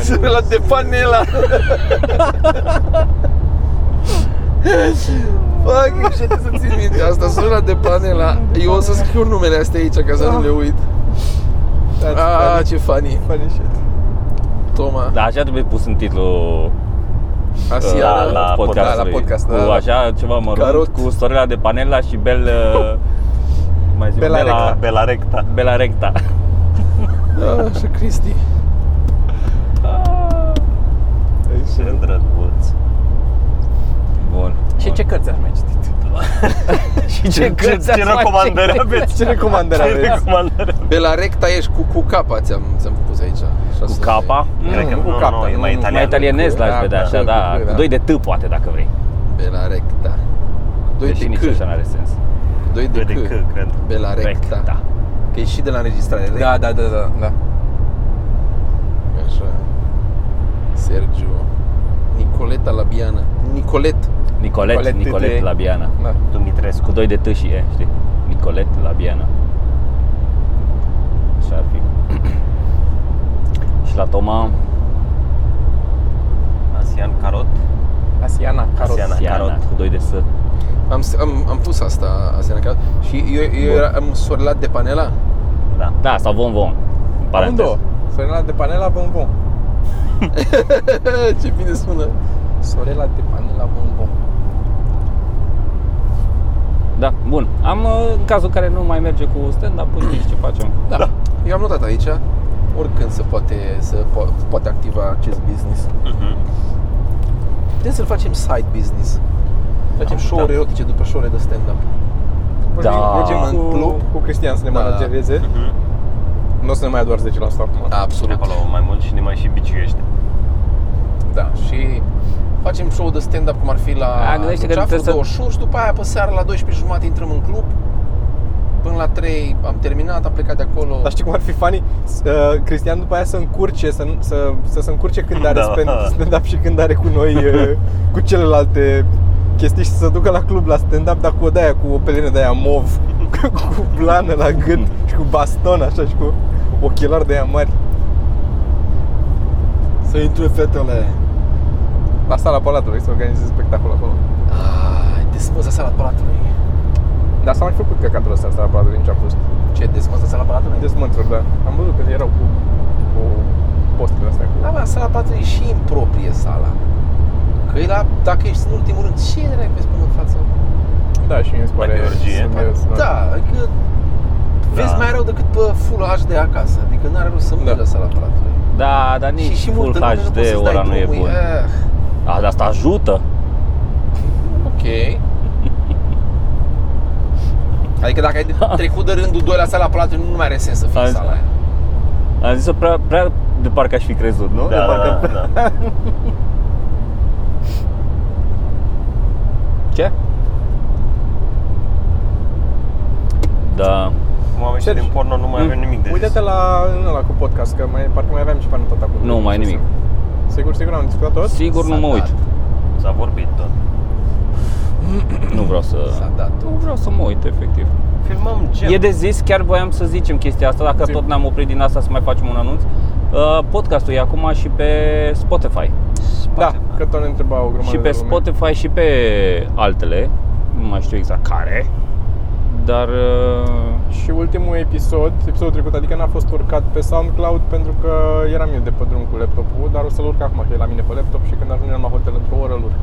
[SPEAKER 4] Sorela de Panela. Fuck, ce să țin minte asta, Sorela de Panela. Eu o să scriu numele astea aici ca să nu le uit.
[SPEAKER 2] That's
[SPEAKER 4] Ah,
[SPEAKER 2] funny.
[SPEAKER 4] ce funny.
[SPEAKER 2] Funny shit.
[SPEAKER 4] Toma,
[SPEAKER 1] Da, așa trebuie pus în titlu
[SPEAKER 4] Asia,
[SPEAKER 1] la,
[SPEAKER 4] da,
[SPEAKER 1] la,
[SPEAKER 4] Da, la
[SPEAKER 1] podcastului.
[SPEAKER 4] podcast,
[SPEAKER 1] cu
[SPEAKER 4] da, da.
[SPEAKER 1] așa ceva mărunt,
[SPEAKER 4] Carot.
[SPEAKER 1] cu Sorela de Panela și Bel...
[SPEAKER 4] [laughs]
[SPEAKER 1] uh, mai zi,
[SPEAKER 2] Bela
[SPEAKER 1] Bela,
[SPEAKER 2] Recta.
[SPEAKER 3] Bela Recta.
[SPEAKER 1] Bela Recta.
[SPEAKER 4] da, și Cristi.
[SPEAKER 2] Deci,
[SPEAKER 3] Ce
[SPEAKER 2] uh,
[SPEAKER 3] drăguț.
[SPEAKER 1] Bun.
[SPEAKER 2] Și ce cărți ați mai citit? [laughs]
[SPEAKER 1] Și
[SPEAKER 3] Ce, ce, ce recomandări aveți?
[SPEAKER 2] Ce recomandări
[SPEAKER 3] Ce
[SPEAKER 2] aveți?
[SPEAKER 3] recomandări?
[SPEAKER 4] Pe la recta ești cu, cu capa, ți-am, ți-am pus aici.
[SPEAKER 1] Cu capa?
[SPEAKER 3] Cred că
[SPEAKER 2] nu, cu
[SPEAKER 3] nu,
[SPEAKER 2] capta,
[SPEAKER 3] nu, e
[SPEAKER 2] nu,
[SPEAKER 3] mai
[SPEAKER 2] nu,
[SPEAKER 1] Mai
[SPEAKER 3] italian.
[SPEAKER 1] italienez l-aș
[SPEAKER 4] Da,
[SPEAKER 1] vedea,
[SPEAKER 4] cu-
[SPEAKER 1] așa, da.
[SPEAKER 4] cu- da.
[SPEAKER 1] Cu doi de T, poate, dacă vrei.
[SPEAKER 4] Pe la recta. Doi
[SPEAKER 1] Deși
[SPEAKER 4] de
[SPEAKER 1] nici
[SPEAKER 4] C.
[SPEAKER 1] așa n-are sens.
[SPEAKER 4] Doi de
[SPEAKER 3] Doi de
[SPEAKER 4] C.
[SPEAKER 3] C, cred.
[SPEAKER 4] Pe la recta.
[SPEAKER 1] Recta.
[SPEAKER 4] Că e și de la înregistrare.
[SPEAKER 2] Da, da, da, da, da.
[SPEAKER 4] Așa. Sergio. Nicoleta Labiana. Nicolet.
[SPEAKER 1] Nicolet,
[SPEAKER 2] Nicolet
[SPEAKER 1] Nicolet
[SPEAKER 2] T.
[SPEAKER 1] Labiana.
[SPEAKER 2] da.
[SPEAKER 1] Cu
[SPEAKER 3] Dumitrescu.
[SPEAKER 1] doi de T și E, știi? Nicolet Labiana. Așa
[SPEAKER 4] [clears throat]
[SPEAKER 1] ar fi. și la Toma,
[SPEAKER 3] Asian Carot.
[SPEAKER 2] Asiana, Carol.
[SPEAKER 3] Asiana.
[SPEAKER 1] Siana,
[SPEAKER 3] Carot.
[SPEAKER 1] cu doi de S.
[SPEAKER 4] Am, s- am, am pus asta asemenea că și eu, eu
[SPEAKER 1] Bun.
[SPEAKER 4] eram sorlat de panela. [laughs]
[SPEAKER 3] Da.
[SPEAKER 1] Da, sau Von Von. în paranteză.
[SPEAKER 2] Amândouă. Sorela de Panela Bonbon.
[SPEAKER 4] Ce bine sună.
[SPEAKER 2] Sorela de Panela Bonbon.
[SPEAKER 1] Da, bun. Am, uh, în cazul în care nu mai merge cu stand-up, uite ce facem.
[SPEAKER 4] Da. da. Eu am notat aici. Oricând se poate, să po- poate activa acest business.
[SPEAKER 3] Mhm.
[SPEAKER 4] Putem să-l facem side business. Facem show-uri erotice după show-uri de stand-up.
[SPEAKER 1] Da.
[SPEAKER 2] Păi Mergem în club cu Cristian să ne
[SPEAKER 4] Da.
[SPEAKER 2] managereze.
[SPEAKER 3] Mhm.
[SPEAKER 2] Nu o să ne mai ia doar 10% acum.
[SPEAKER 4] Absolut.
[SPEAKER 3] Acolo mai mult și ne mai și biciuiește.
[SPEAKER 4] Da, și facem show de stand-up cum ar fi la
[SPEAKER 1] A, gândește că
[SPEAKER 4] Luceafru,
[SPEAKER 1] trebuie să-
[SPEAKER 4] două show și după aia pe seara la 12 jumate intrăm în club. Până la 3 am terminat, am plecat de acolo.
[SPEAKER 2] Dar știi cum ar fi funny? S- uh, Cristian după aia să încurce, să, să, să se încurce când are
[SPEAKER 3] Da.
[SPEAKER 2] da. stand-up și când are cu noi, uh, cu celelalte chestii și să se ducă la club la stand-up, dar cu o de-aia, cu o pelină de-aia mov, [laughs] cu- cu blană la gât și cu baston așa și cu ochelari de-aia mari.
[SPEAKER 4] Să intre fetele.
[SPEAKER 2] La sala palatului să organizeze spectacol acolo.
[SPEAKER 4] Ai, desmăza sala palatului.
[SPEAKER 2] Dar s-a mai făcut căcatul ăsta la sala palatului, nici am fost.
[SPEAKER 4] Ce, desmăza sala palatului?
[SPEAKER 2] Dezmântruri, da. Am văzut că erau cu, cu postele astea. Cu...
[SPEAKER 4] Da, bă, sala palatului e și improprie sala. Că e la, dacă ești în ultimul rând, ce dracu vezi până în față?
[SPEAKER 2] Da, și mi se pare...
[SPEAKER 3] Gheorghe,
[SPEAKER 2] sunt eu, sunt-
[SPEAKER 4] Da, adică vezi
[SPEAKER 3] Da.
[SPEAKER 4] mai rău decât pe full de acasă. Adică n-are rost să mergi
[SPEAKER 2] Da.
[SPEAKER 4] la sala palatului.
[SPEAKER 1] Da, dar nici Full
[SPEAKER 4] multă lume
[SPEAKER 1] HD
[SPEAKER 4] poți să-ți dai
[SPEAKER 1] ora nu e
[SPEAKER 4] drumul,
[SPEAKER 1] bun.
[SPEAKER 4] eh.
[SPEAKER 1] A, dar asta ajută.
[SPEAKER 4] Ok. [laughs] Adică dacă ai
[SPEAKER 1] Da.
[SPEAKER 4] trecut de rândul 2 la sala palatului, nu mai are sens să fii în
[SPEAKER 1] Asta.
[SPEAKER 4] sala aia.
[SPEAKER 1] Am zis-o prea, prea de parcă aș fi crezut, nu?
[SPEAKER 3] Da, da, da, da.
[SPEAKER 1] Ce? Da.
[SPEAKER 2] [laughs]
[SPEAKER 3] Cum am ieșit
[SPEAKER 2] Sergi.
[SPEAKER 3] din porno, nu mai
[SPEAKER 1] Mm.
[SPEAKER 3] avem nimic de zis.
[SPEAKER 2] Uite-te la, în ăla cu podcast, că mai, parcă mai aveam ceva notat acum.
[SPEAKER 1] Nu, mai nimic.
[SPEAKER 2] Sigur, sigur am discutat tot?
[SPEAKER 1] Sigur nu
[SPEAKER 4] S-a
[SPEAKER 1] mă uit.
[SPEAKER 4] dat.
[SPEAKER 3] S-a vorbit tot.
[SPEAKER 1] Nu vreau
[SPEAKER 4] S-a
[SPEAKER 1] să...
[SPEAKER 4] dat
[SPEAKER 1] Nu vreau să mă uit, efectiv.
[SPEAKER 3] Filmăm gem.
[SPEAKER 1] E de zis, chiar voiam să zicem chestia asta, dacă
[SPEAKER 2] Zi.
[SPEAKER 1] tot ne-am oprit din asta să mai facem un anunț. Uh, Podcastul e acum și pe Spotify.
[SPEAKER 2] Da, că tot ne întreba o grămadă
[SPEAKER 1] și pe
[SPEAKER 2] de lume.
[SPEAKER 1] Spotify și pe altele, nu mai știu exact care. Dar uh,
[SPEAKER 2] Și ultimul episod, episodul trecut, adică n-a fost urcat pe SoundCloud pentru că eram eu de pe drum cu laptopul, dar o să-l urc acum, că e la mine pe laptop și când ajungem la hotel într-o oră îl urc.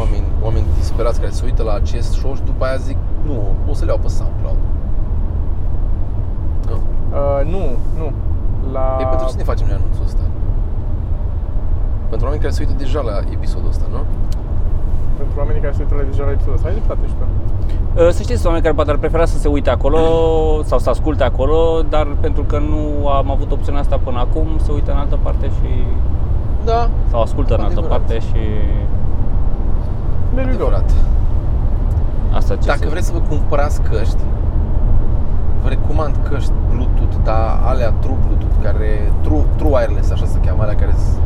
[SPEAKER 4] Oameni, oameni disperați care se uită la acest show și după aia zic, nu, o să le iau pe SoundCloud. Nu.
[SPEAKER 2] Uh, nu, nu. La...
[SPEAKER 4] E pentru cine facem noi anunțul ăsta? Pentru oameni care se uită deja la episodul ăsta, nu?
[SPEAKER 2] pentru oamenii care se uită la deja la episodul ăsta. Ai dreptate și tu.
[SPEAKER 1] Uh, Să știți, oameni care poate ar prefera să se uite acolo [clears throat] sau să asculte acolo, dar pentru că nu am avut opțiunea asta până acum, se uită în altă parte și...
[SPEAKER 4] Da,
[SPEAKER 1] sau ascultă în altă
[SPEAKER 4] Adevărat.
[SPEAKER 1] parte și...
[SPEAKER 2] There you go.
[SPEAKER 4] adevărat.
[SPEAKER 1] Asta ce
[SPEAKER 4] Dacă
[SPEAKER 1] se-
[SPEAKER 4] vreți să vă cumpărați căști, vă recomand căști Bluetooth, dar alea True Bluetooth, care True, true Wireless, așa se cheamă, alea care s-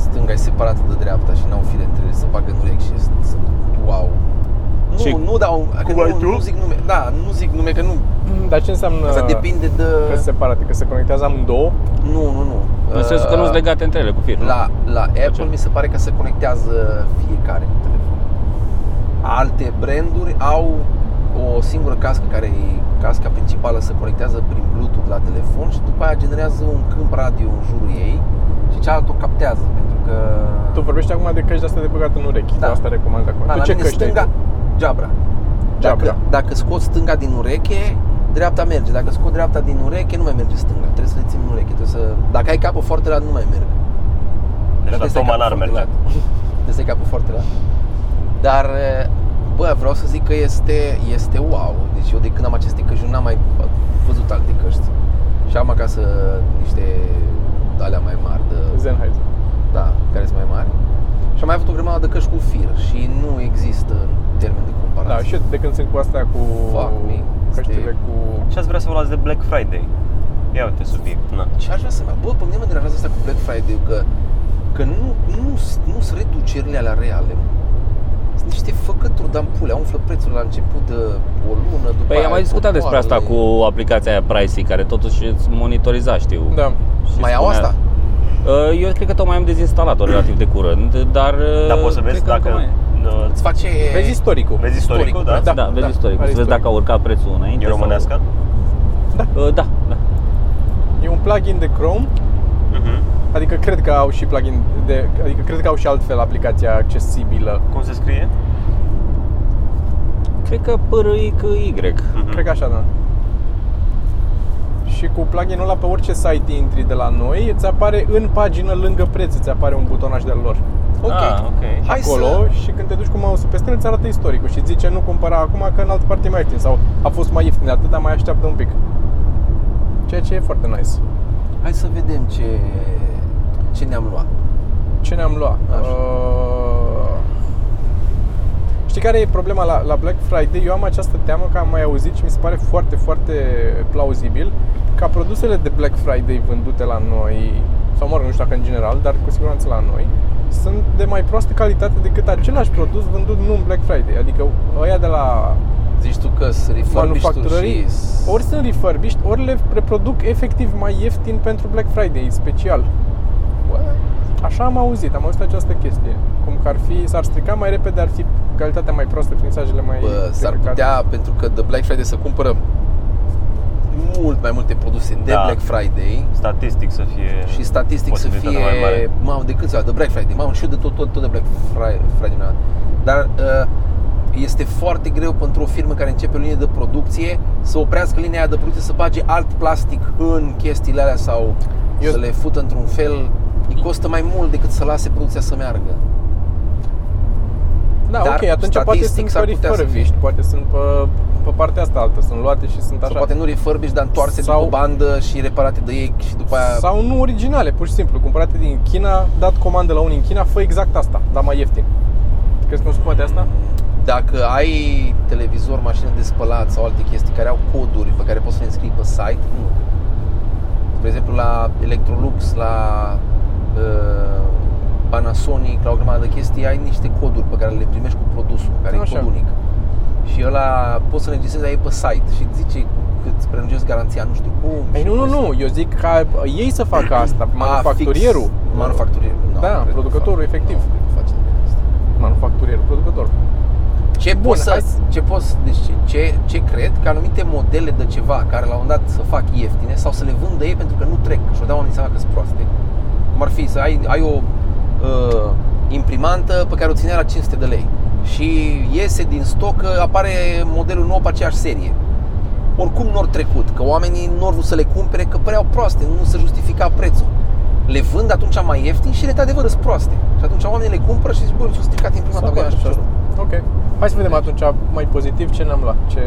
[SPEAKER 4] stânga e separată de dreapta și n-au fire între ele, se bagă în urechi și sunt wow. Nu,
[SPEAKER 1] Și
[SPEAKER 4] nu dau, că
[SPEAKER 5] ai tu?
[SPEAKER 4] nu, nu, zic nume, da, nu zic nume, că nu,
[SPEAKER 2] Dar ce înseamnă
[SPEAKER 4] asta depinde de,
[SPEAKER 2] că sunt separate? Că se conectează amândouă?
[SPEAKER 4] nu, nu, nu.
[SPEAKER 1] În sensul că nu sunt
[SPEAKER 4] Uh,
[SPEAKER 1] legate între ele cu firma.
[SPEAKER 4] la, la Apple
[SPEAKER 1] Așa.
[SPEAKER 4] mi se pare că se conectează fiecare cu telefon. Alte branduri au o singură cască care e casca principală se conectează prin Bluetooth la telefon și după aia generează un câmp radio în jurul ei și cealaltă o captează pentru că
[SPEAKER 2] Tu vorbești acum de căști de astea de băgat în urechi.
[SPEAKER 4] Da.
[SPEAKER 2] Da. Asta recomand acum.
[SPEAKER 4] da,
[SPEAKER 2] tu
[SPEAKER 4] la
[SPEAKER 2] ce
[SPEAKER 4] mine
[SPEAKER 2] căști ai?
[SPEAKER 4] stânga Jabra.
[SPEAKER 2] Jabra.
[SPEAKER 4] Dacă, dacă scot stânga din ureche, dreapta merge. Dacă scot dreapta din ureche, nu mai merge stânga. Trebuie să le țin în ureche. Trebuie să... Dacă ai capul foarte lat, nu mai merg.
[SPEAKER 3] Deci
[SPEAKER 4] Dar
[SPEAKER 3] la
[SPEAKER 4] trebuie să ai
[SPEAKER 3] Toma
[SPEAKER 4] capul
[SPEAKER 3] n-ar
[SPEAKER 4] foarte
[SPEAKER 3] merge.
[SPEAKER 4] lat. [laughs] Trebuie să ai capul foarte lat. Dar, bă, vreau să zic că este, este wow. Deci eu de când am aceste căști, n-am mai văzut alte căști. Și am acasă niște alea mai mari de,
[SPEAKER 2] Sennheiser.
[SPEAKER 4] da, care sunt mai mari. Și am mai avut o grămadă de căști cu fir și nu există termen de comparație.
[SPEAKER 2] Da, și eu de când sunt cu astea cu
[SPEAKER 4] Fuck me.
[SPEAKER 2] căștile
[SPEAKER 4] Este-
[SPEAKER 2] cu...
[SPEAKER 3] Și ați vrea să vă luați de Black Friday. Ia uite subiect. Na.
[SPEAKER 4] Ce aș vrea să mă... Bă, pe mine mă deranjează asta cu Black Friday, că, că nu, nu, s- nu sunt reducerile alea reale. mă. Sunt niște făcături de ampule, umflă prețul la început de o lună, după
[SPEAKER 1] Păi
[SPEAKER 4] aia
[SPEAKER 1] am mai discutat despre
[SPEAKER 4] coboară,
[SPEAKER 1] asta cu aplicația aia Pricey, care totuși îți monitoriza, știu.
[SPEAKER 2] Da.
[SPEAKER 1] Și
[SPEAKER 4] Mai au
[SPEAKER 1] spunea-
[SPEAKER 4] asta?
[SPEAKER 1] Uh, Eu cred că tocmai am dezinstalat-o relativ de curând, dar... uh,
[SPEAKER 3] Dar poți să vezi
[SPEAKER 1] cred că încă
[SPEAKER 3] dacă...
[SPEAKER 1] mai e.
[SPEAKER 3] uh,
[SPEAKER 4] Îți face...
[SPEAKER 2] Vezi istoricul.
[SPEAKER 3] Vezi istoricul, da?
[SPEAKER 1] Da, vezi istoricul,
[SPEAKER 2] are
[SPEAKER 1] să vezi
[SPEAKER 2] istoric.
[SPEAKER 1] dacă a urcat prețul înainte.
[SPEAKER 3] E
[SPEAKER 1] sau-
[SPEAKER 3] românească?
[SPEAKER 1] Uh, Da, da.
[SPEAKER 2] E un plugin de Chrome,
[SPEAKER 3] Mhm.
[SPEAKER 2] adică cred că au și plugin de, adică cred că au și altfel aplicația accesibilă.
[SPEAKER 3] Cum se scrie?
[SPEAKER 1] Cred că pârâi că Y.
[SPEAKER 3] Mhm.
[SPEAKER 2] Cred că așa, da. Și cu pluginul ăla pe orice site intri de la noi, îți apare în pagină lângă preț, îți apare un butonaj de lor.
[SPEAKER 4] Ok.
[SPEAKER 3] Ah, ok.
[SPEAKER 4] Hai
[SPEAKER 2] acolo
[SPEAKER 4] să...
[SPEAKER 2] și când te duci cu mouse-ul peste el, îți arată istoricul și îți zice nu cumpăra acum că în altă parte e mai ieftin sau a fost mai ieftin de atât, dar mai așteaptă un pic. Ceea ce e foarte nice.
[SPEAKER 4] Hai să vedem ce, ce ne-am luat.
[SPEAKER 2] Ce ne-am luat?
[SPEAKER 4] Așa.
[SPEAKER 2] Uh, Știi care e problema la, la Black Friday? Eu am această teamă că am mai auzit și mi se pare foarte, foarte plauzibil ca produsele de Black Friday vândute la noi, sau mă rog, nu știu dacă în general, dar cu siguranță la noi, sunt de mai proastă calitate decât același produs vândut nu în Black Friday. Adică ăia de la
[SPEAKER 4] Zici tu că sunt refurbished
[SPEAKER 2] manufacturării
[SPEAKER 4] și...
[SPEAKER 2] ori sunt refurbished, ori le reproduc efectiv mai ieftin pentru Black Friday, special.
[SPEAKER 4] What?
[SPEAKER 2] Așa am auzit, am auzit această chestie. Cum că ar fi, s-ar strica mai repede, ar fi calitatea mai proastă, finisajele mai...
[SPEAKER 4] Bă, s-ar
[SPEAKER 2] precăcate.
[SPEAKER 4] putea, pentru că de Black Friday să cumpărăm mult mai multe produse de
[SPEAKER 3] Da.
[SPEAKER 4] Black Friday
[SPEAKER 3] Statistic să fie...
[SPEAKER 4] și statistic să fie,
[SPEAKER 3] posibilitatea mai mare.
[SPEAKER 4] mamă, de când se de Black Friday, mamă, și eu de tot, tot, tot de Black Fri- Friday, na. dar uh, este foarte greu pentru o firmă care începe o linie de producție să oprească linia aia de producție, să bage alt plastic în chestiile alea sau
[SPEAKER 2] Eu-
[SPEAKER 4] să le fută într-un fel, îi costă mai mult decât să lase producția să meargă.
[SPEAKER 2] Da,
[SPEAKER 4] dar
[SPEAKER 2] ok, atunci poate
[SPEAKER 4] statistic
[SPEAKER 2] sunt
[SPEAKER 4] s-ar
[SPEAKER 2] pe
[SPEAKER 4] putea să
[SPEAKER 2] refurbished, poate sunt pe, pe partea asta altă, sunt luate și sunt
[SPEAKER 4] Sau
[SPEAKER 2] așa.
[SPEAKER 4] poate nu refurbished, dar întoarse
[SPEAKER 2] Sau-
[SPEAKER 4] după bandă și reparate de ei și după aia...
[SPEAKER 2] Sau nu originale, pur și simplu, cumpărate din China, dat comandă la unii în China, fă exact asta, dar mai ieftin. Crezi că nu se poate asta?
[SPEAKER 4] Mm, Dacă ai televizor, mașină de spălat sau alte chestii care au coduri pe care poți să le înscrii pe site, nu. Spre exemplu, la Electrolux, la uh, Panasonic, la o grămadă de chestii, ai niște coduri pe care le primești cu produsul, care
[SPEAKER 2] Așa.
[SPEAKER 4] e cod unic. Și ăla poți să înregistrezi la ei pe site și îți zice cât îți prelungesc garanția, nu știu cum.
[SPEAKER 2] Ei,
[SPEAKER 4] și
[SPEAKER 2] nu, nu,
[SPEAKER 4] poți să-
[SPEAKER 2] nu, eu zic ca ei să facă asta,
[SPEAKER 4] [clears throat] A,
[SPEAKER 2] manufacturierul.
[SPEAKER 4] fix. Manufacturierul, nu,
[SPEAKER 2] Da,
[SPEAKER 4] cred că
[SPEAKER 2] producătorul,
[SPEAKER 4] fac-
[SPEAKER 2] efectiv.
[SPEAKER 4] Nu, cred că face nimeni asta.
[SPEAKER 2] Manufacturierul, producător.
[SPEAKER 4] Ce
[SPEAKER 2] Bun,
[SPEAKER 4] poți
[SPEAKER 2] hai
[SPEAKER 4] să,
[SPEAKER 2] să-
[SPEAKER 4] ce poți, deci ce, ce, ce cred că anumite modele de ceva care la un moment dat să fac ieftine sau să le vândă ei pentru că nu trec și o dau oamenii seama că sunt proaste. Cum ar fi să ai, ai o uh, imprimantă pe care o ținea la 500 de lei și iese din stoc, uh, apare modelul nou pe aceeași serie. Oricum nu au trecut, că oamenii nu au vrut să le cumpere, că păreau proaste, nu se justifica prețul. Le vând atunci mai ieftin și ele de adevăr sunt proaste. Și atunci oamenii le cumpără și zic, bă, mi s-a stricat imprimanta, bă, ia așa.
[SPEAKER 2] Ok. Hai să vedem atunci mai pozitiv ce ne-am luat, ce,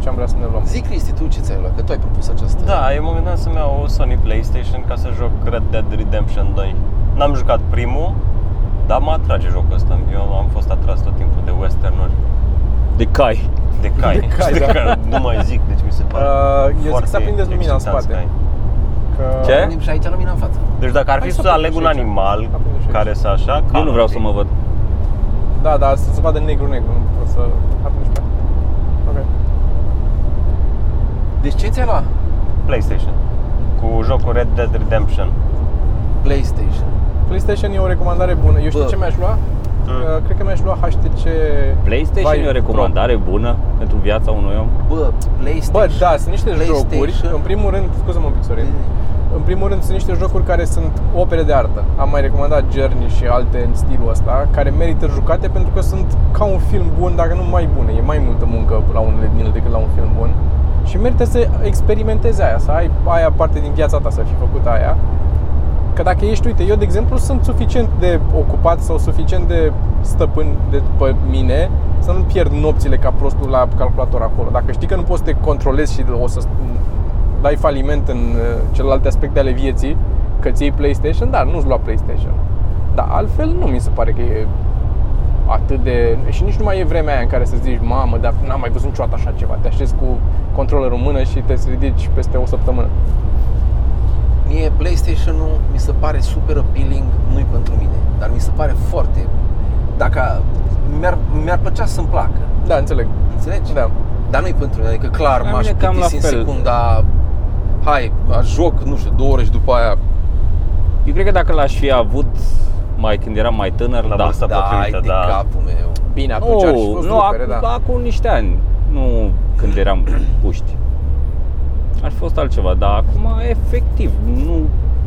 [SPEAKER 2] ce am vrea să ne luăm.
[SPEAKER 4] Zic, Cristi, tu ce ți-ai luat? Că tu ai propus această...
[SPEAKER 3] Da, e momentan să-mi iau o Sony PlayStation ca să joc Red Dead Redemption 2. N-am jucat primul, dar mă atrage jocul ăsta. Eu am fost atras tot timpul de westernuri,
[SPEAKER 1] De cai.
[SPEAKER 3] de cai.
[SPEAKER 2] De cai,
[SPEAKER 3] [laughs] de
[SPEAKER 2] da.
[SPEAKER 3] cai nu mai zic, deci mi se pare
[SPEAKER 2] Uh, eu zic
[SPEAKER 3] foarte
[SPEAKER 2] să aprindeți lumina în
[SPEAKER 3] excitant
[SPEAKER 2] spate.
[SPEAKER 3] să ai.
[SPEAKER 2] Că...
[SPEAKER 1] Ce?
[SPEAKER 4] Venim și aici lumina în față.
[SPEAKER 3] Deci dacă ar
[SPEAKER 2] Hai
[SPEAKER 3] fi
[SPEAKER 2] să
[SPEAKER 3] să aleg
[SPEAKER 2] aprindeți
[SPEAKER 3] un
[SPEAKER 2] aici.
[SPEAKER 3] animal
[SPEAKER 2] Aprindeți aici.
[SPEAKER 3] care să așa,
[SPEAKER 1] Eu nu
[SPEAKER 3] calul,
[SPEAKER 1] vreau să
[SPEAKER 3] știi?
[SPEAKER 1] mă văd.
[SPEAKER 2] Da, da, să se vadă negru-negru, nu pot să atunci pe. Ok.
[SPEAKER 4] Deci ce ți-ai luat?
[SPEAKER 3] PlayStation cu jocul Red Dead Redemption.
[SPEAKER 4] PlayStation.
[SPEAKER 2] PlayStation e o recomandare bună. Eu știu
[SPEAKER 4] Bă.
[SPEAKER 2] ce mi-aș lua?
[SPEAKER 3] Da.
[SPEAKER 2] Uh, Cred că mi-aș lua HTC...
[SPEAKER 1] PlayStation
[SPEAKER 2] Vive
[SPEAKER 1] e o recomandare bună pentru viața unui om.
[SPEAKER 4] Bă, PlayStation.
[SPEAKER 2] Pro. Bă, da, sunt niște
[SPEAKER 4] PlayStation.
[SPEAKER 2] jocuri. În primul rând, scuză-mă un pic, Sorin.
[SPEAKER 4] Mm.
[SPEAKER 2] În primul rând, sunt niște jocuri care sunt opere de artă. Am mai recomandat Journey și alte în stilul ăsta, care merită jucate pentru că sunt ca un film bun, dacă nu mai bune. E mai multă muncă la unele din ele decât la un film bun. Și merită să experimentezi aia, să ai aia parte din viața ta, să fi făcut aia. Că dacă ești, uite, eu de exemplu sunt suficient de ocupat sau suficient de stăpân de pe mine să nu pierd nopțile ca prostul la calculator acolo. Dacă știi că nu poți să te controlezi și o să dai faliment în uh, celelalte aspecte ale vieții, că ți iei PlayStation, dar nu-ți lua PlayStation. Dar altfel nu mi se pare că e atât de... Și nici nu mai e vremea aia în care să zici, mamă, dar n-am mai văzut niciodată așa ceva. Te așezi cu controlerul în mână și te ridici peste o săptămână.
[SPEAKER 4] Mie PlayStation-ul mi se pare super appealing, nu-i pentru mine, dar mi se pare foarte... Dacă mi-ar, mi-ar plăcea să-mi placă,
[SPEAKER 2] Da, înțeleg.
[SPEAKER 4] înțelegi?
[SPEAKER 2] Da.
[SPEAKER 4] Dar nu-i pentru mine, adică clar
[SPEAKER 1] La
[SPEAKER 4] m-aș
[SPEAKER 1] mine cam
[SPEAKER 4] plictisi în
[SPEAKER 1] la fel.
[SPEAKER 4] secunda... Hai, a joc, nu știu, două ore și după aia...
[SPEAKER 1] Eu cred că dacă l-aș fi avut mai când eram mai tânăr,
[SPEAKER 3] La
[SPEAKER 1] da.
[SPEAKER 3] vârsta
[SPEAKER 4] Dai
[SPEAKER 3] potrivită,
[SPEAKER 4] de
[SPEAKER 3] da.
[SPEAKER 4] capul meu.
[SPEAKER 2] Bine, atunci ar fi
[SPEAKER 1] Nu,
[SPEAKER 2] fost
[SPEAKER 1] nu
[SPEAKER 2] rupere,
[SPEAKER 1] acum,
[SPEAKER 2] da.
[SPEAKER 1] acum niște ani, nu când eram puști. Ar fi fost altceva, dar acum efectiv nu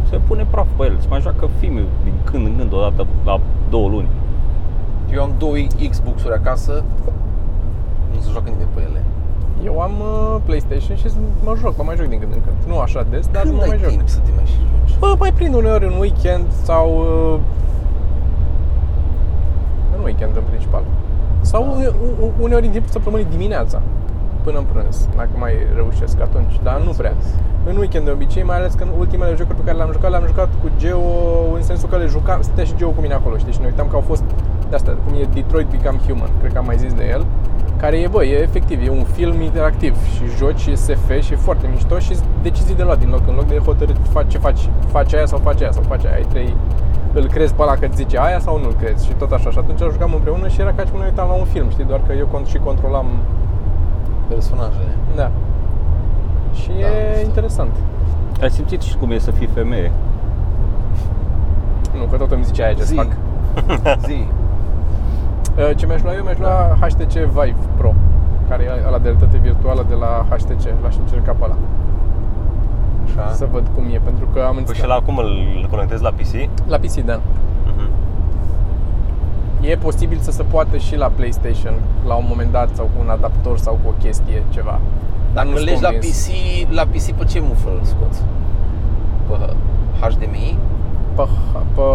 [SPEAKER 1] se pune praf pe el. Se mai joacă filme din când în când, odată la două luni.
[SPEAKER 4] Eu am două Xbox-uri acasă, nu se joacă nimeni pe ele.
[SPEAKER 2] Eu am uh, PlayStation și mă joc, mă mai joc din când în când. Nu așa des, dar
[SPEAKER 4] Când
[SPEAKER 2] mă mai
[SPEAKER 4] ai
[SPEAKER 2] joc.
[SPEAKER 4] timp să te mai și joci?
[SPEAKER 2] Bă, mai prind uneori un weekend sau... uh, În weekend în principal. Sau
[SPEAKER 4] Da.
[SPEAKER 2] uh, u- uneori în timpul săptămânii dimineața, până în prânz, dacă mai reușesc atunci, dar nu prea. În weekend de obicei, mai ales că în ultimele jocuri pe care le-am jucat, le-am jucat cu Geo, în sensul că le jucam, stătea și Geo cu mine acolo, știi, și ne uitam că au fost de asta, cum e Detroit Become Human, cred că am mai zis de el, care e, bă, e efectiv, e un film interactiv și joci, și e SF și e foarte mișto și decizii de luat din loc în loc de hotărât faci, ce faci, faci aia sau faci aia sau faci aia, ai trei îl crezi pe ăla că îți zice aia sau nu-l crezi și tot așa. Și atunci jucam împreună și era ca și cum ne uitam la un film, știi, doar că eu cont- și controlam,
[SPEAKER 4] Personajele.
[SPEAKER 2] da. Și
[SPEAKER 4] Da,
[SPEAKER 2] e
[SPEAKER 4] asta.
[SPEAKER 2] interesant.
[SPEAKER 1] Ai simțit și cum e să fii femeie.
[SPEAKER 2] Nu, că tot îmi zice aia ce
[SPEAKER 4] Zi.
[SPEAKER 2] fac. [laughs]
[SPEAKER 4] Zi.
[SPEAKER 2] Uh, Ce mi-aș lua eu? Mi-aș lua HTC Vive Pro, care e ăla de realitate virtuală de la HTC, la HTC cap ăla.
[SPEAKER 4] Așa.
[SPEAKER 2] Să văd cum e, pentru că am
[SPEAKER 3] Păi și
[SPEAKER 2] înțeles.
[SPEAKER 3] la acum îl conectez la PC?
[SPEAKER 2] La PC, da.
[SPEAKER 3] Mhm.
[SPEAKER 2] E posibil să se poată și la PlayStation la un moment dat sau cu un adaptor sau cu o chestie, ceva.
[SPEAKER 4] Dacă
[SPEAKER 2] Nu-s
[SPEAKER 4] legi la
[SPEAKER 2] convins.
[SPEAKER 4] PC, la PC pe ce muflă îl scoți? Pe HDMI?
[SPEAKER 2] Pe, pe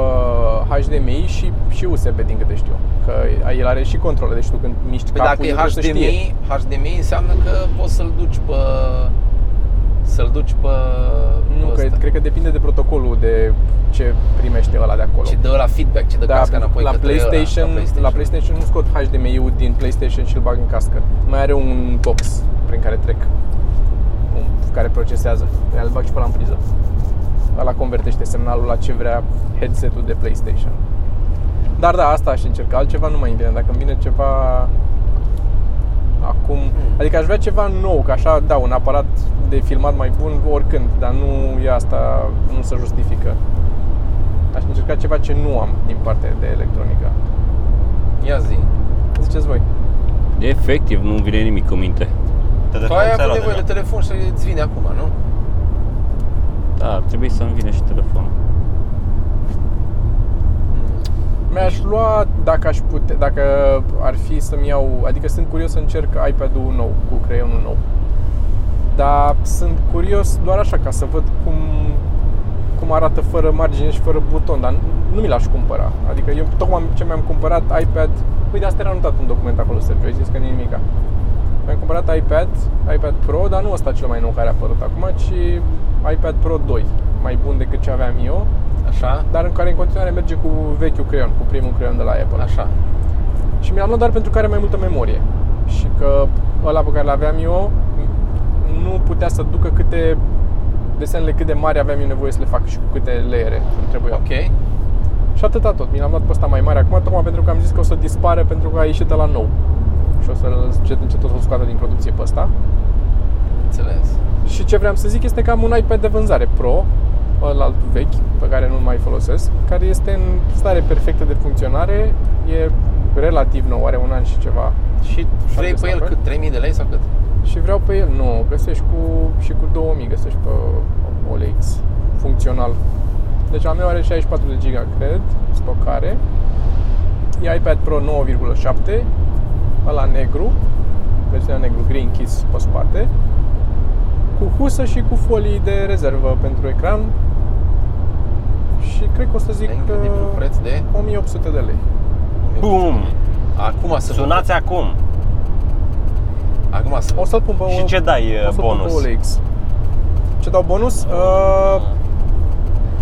[SPEAKER 2] HDMI și, și USB, din câte știu. Că el are și controle, deci tu când miști
[SPEAKER 4] Păi
[SPEAKER 2] capul,
[SPEAKER 4] dacă e
[SPEAKER 2] el trebuie să știe.
[SPEAKER 4] HDMI, HDMI înseamnă că poți să-l duci pe... Să-l duci pe...
[SPEAKER 2] Nu,
[SPEAKER 4] pe
[SPEAKER 2] că,
[SPEAKER 4] ăsta.
[SPEAKER 2] cred că depinde de protocolul de ce primește ăla de acolo.
[SPEAKER 4] Ce dă la feedback, ce dă
[SPEAKER 2] Da,
[SPEAKER 4] casca înapoi
[SPEAKER 2] la,
[SPEAKER 4] către ăla,
[SPEAKER 2] PlayStation, la PlayStation nu scot HDMI-ul din PlayStation și îl bag în cască. Mai are un box prin care trec, un- care procesează. Pe Îl bag și pe la în priză. Ăla convertește semnalul la ce vrea headsetul de PlayStation. Dar da, asta aș încerca. Altceva nu mai îmi vine. Dacă îmi vine ceva acum...
[SPEAKER 4] Hmm.
[SPEAKER 2] Adică aș vrea ceva nou, ca așa, da, un aparat de filmat mai bun oricând, dar nu e asta, nu se justifică. Aș încerca ceva ce nu am din partea de electronică.
[SPEAKER 4] Ia zi.
[SPEAKER 2] Ziceți voi.
[SPEAKER 1] Efectiv, nu vine nimic în minte.
[SPEAKER 4] Tu Păi ai avut nevoie de
[SPEAKER 3] deja.
[SPEAKER 4] telefon și îți vine acum, nu?
[SPEAKER 1] Da, trebuie să-mi vină și telefonul.
[SPEAKER 2] Mi-aș lua dacă aș putea, dacă ar fi să-mi iau, adică sunt curios să încerc iPad-ul nou, cu creionul nou. Dar sunt curios doar așa ca să văd cum cum arată fără margine și fără buton, dar nu mi l-aș cumpăra. Adică eu tocmai ce mi-am cumpărat iPad, păi de asta era notat în document acolo, Sergiu, ai zis că nu nimica. Mi-am cumpărat iPad, iPad Pro, dar nu ăsta cel mai nou care a apărut acum, ci iPad Pro 2, mai bun decât ce aveam eu,
[SPEAKER 4] Așa?
[SPEAKER 2] dar în care în continuare merge cu vechiul creion, cu primul creion de la Apple.
[SPEAKER 4] Așa.
[SPEAKER 2] Și mi-l-am luat doar pentru că are mai multă memorie. Și că ăla pe care l-aveam eu nu putea să ducă câte desenele cât de mari aveam eu nevoie să le fac și cu câte leere îmi trebuiau.
[SPEAKER 4] Ok.
[SPEAKER 2] Și atâta tot. Mi l-am luat pe ăsta mai mare acum, tocmai pentru că am zis că o să dispară pentru că a ieșit la nou. Și o să încet, încet o să-l scoată din producție pe ăsta.
[SPEAKER 4] Înțeles.
[SPEAKER 2] Și ce vreau să zic este că am un iPad de vânzare Pro, ăla vechi, pe care nu-l mai folosesc, care este în stare perfectă de funcționare, e relativ nou, are un an și ceva.
[SPEAKER 4] Și vrei pe el
[SPEAKER 2] Apple?
[SPEAKER 4] cât? 3000 de lei sau cât?
[SPEAKER 2] Și vreau pe el, nu, găsești cu, și cu 2000 găsești pe OLX funcțional. Deci al meu are 64 de giga, cred, stocare. E iPad Pro 9,7, ăla negru, versiunea negru, green keys pe spate, cu husă și cu folii de rezervă pentru ecran. Și cred că o să zic
[SPEAKER 4] Zic
[SPEAKER 2] că
[SPEAKER 4] că... un preț de...
[SPEAKER 2] 1800 de lei.
[SPEAKER 3] Bum!
[SPEAKER 4] Acum să
[SPEAKER 3] Sunați acum!
[SPEAKER 4] Acum să
[SPEAKER 2] O să-l pun pe
[SPEAKER 3] Și ce dai
[SPEAKER 2] o
[SPEAKER 3] uh,
[SPEAKER 2] să-l pun pe
[SPEAKER 3] bonus?
[SPEAKER 2] OLX. Ce dau bonus? Uh,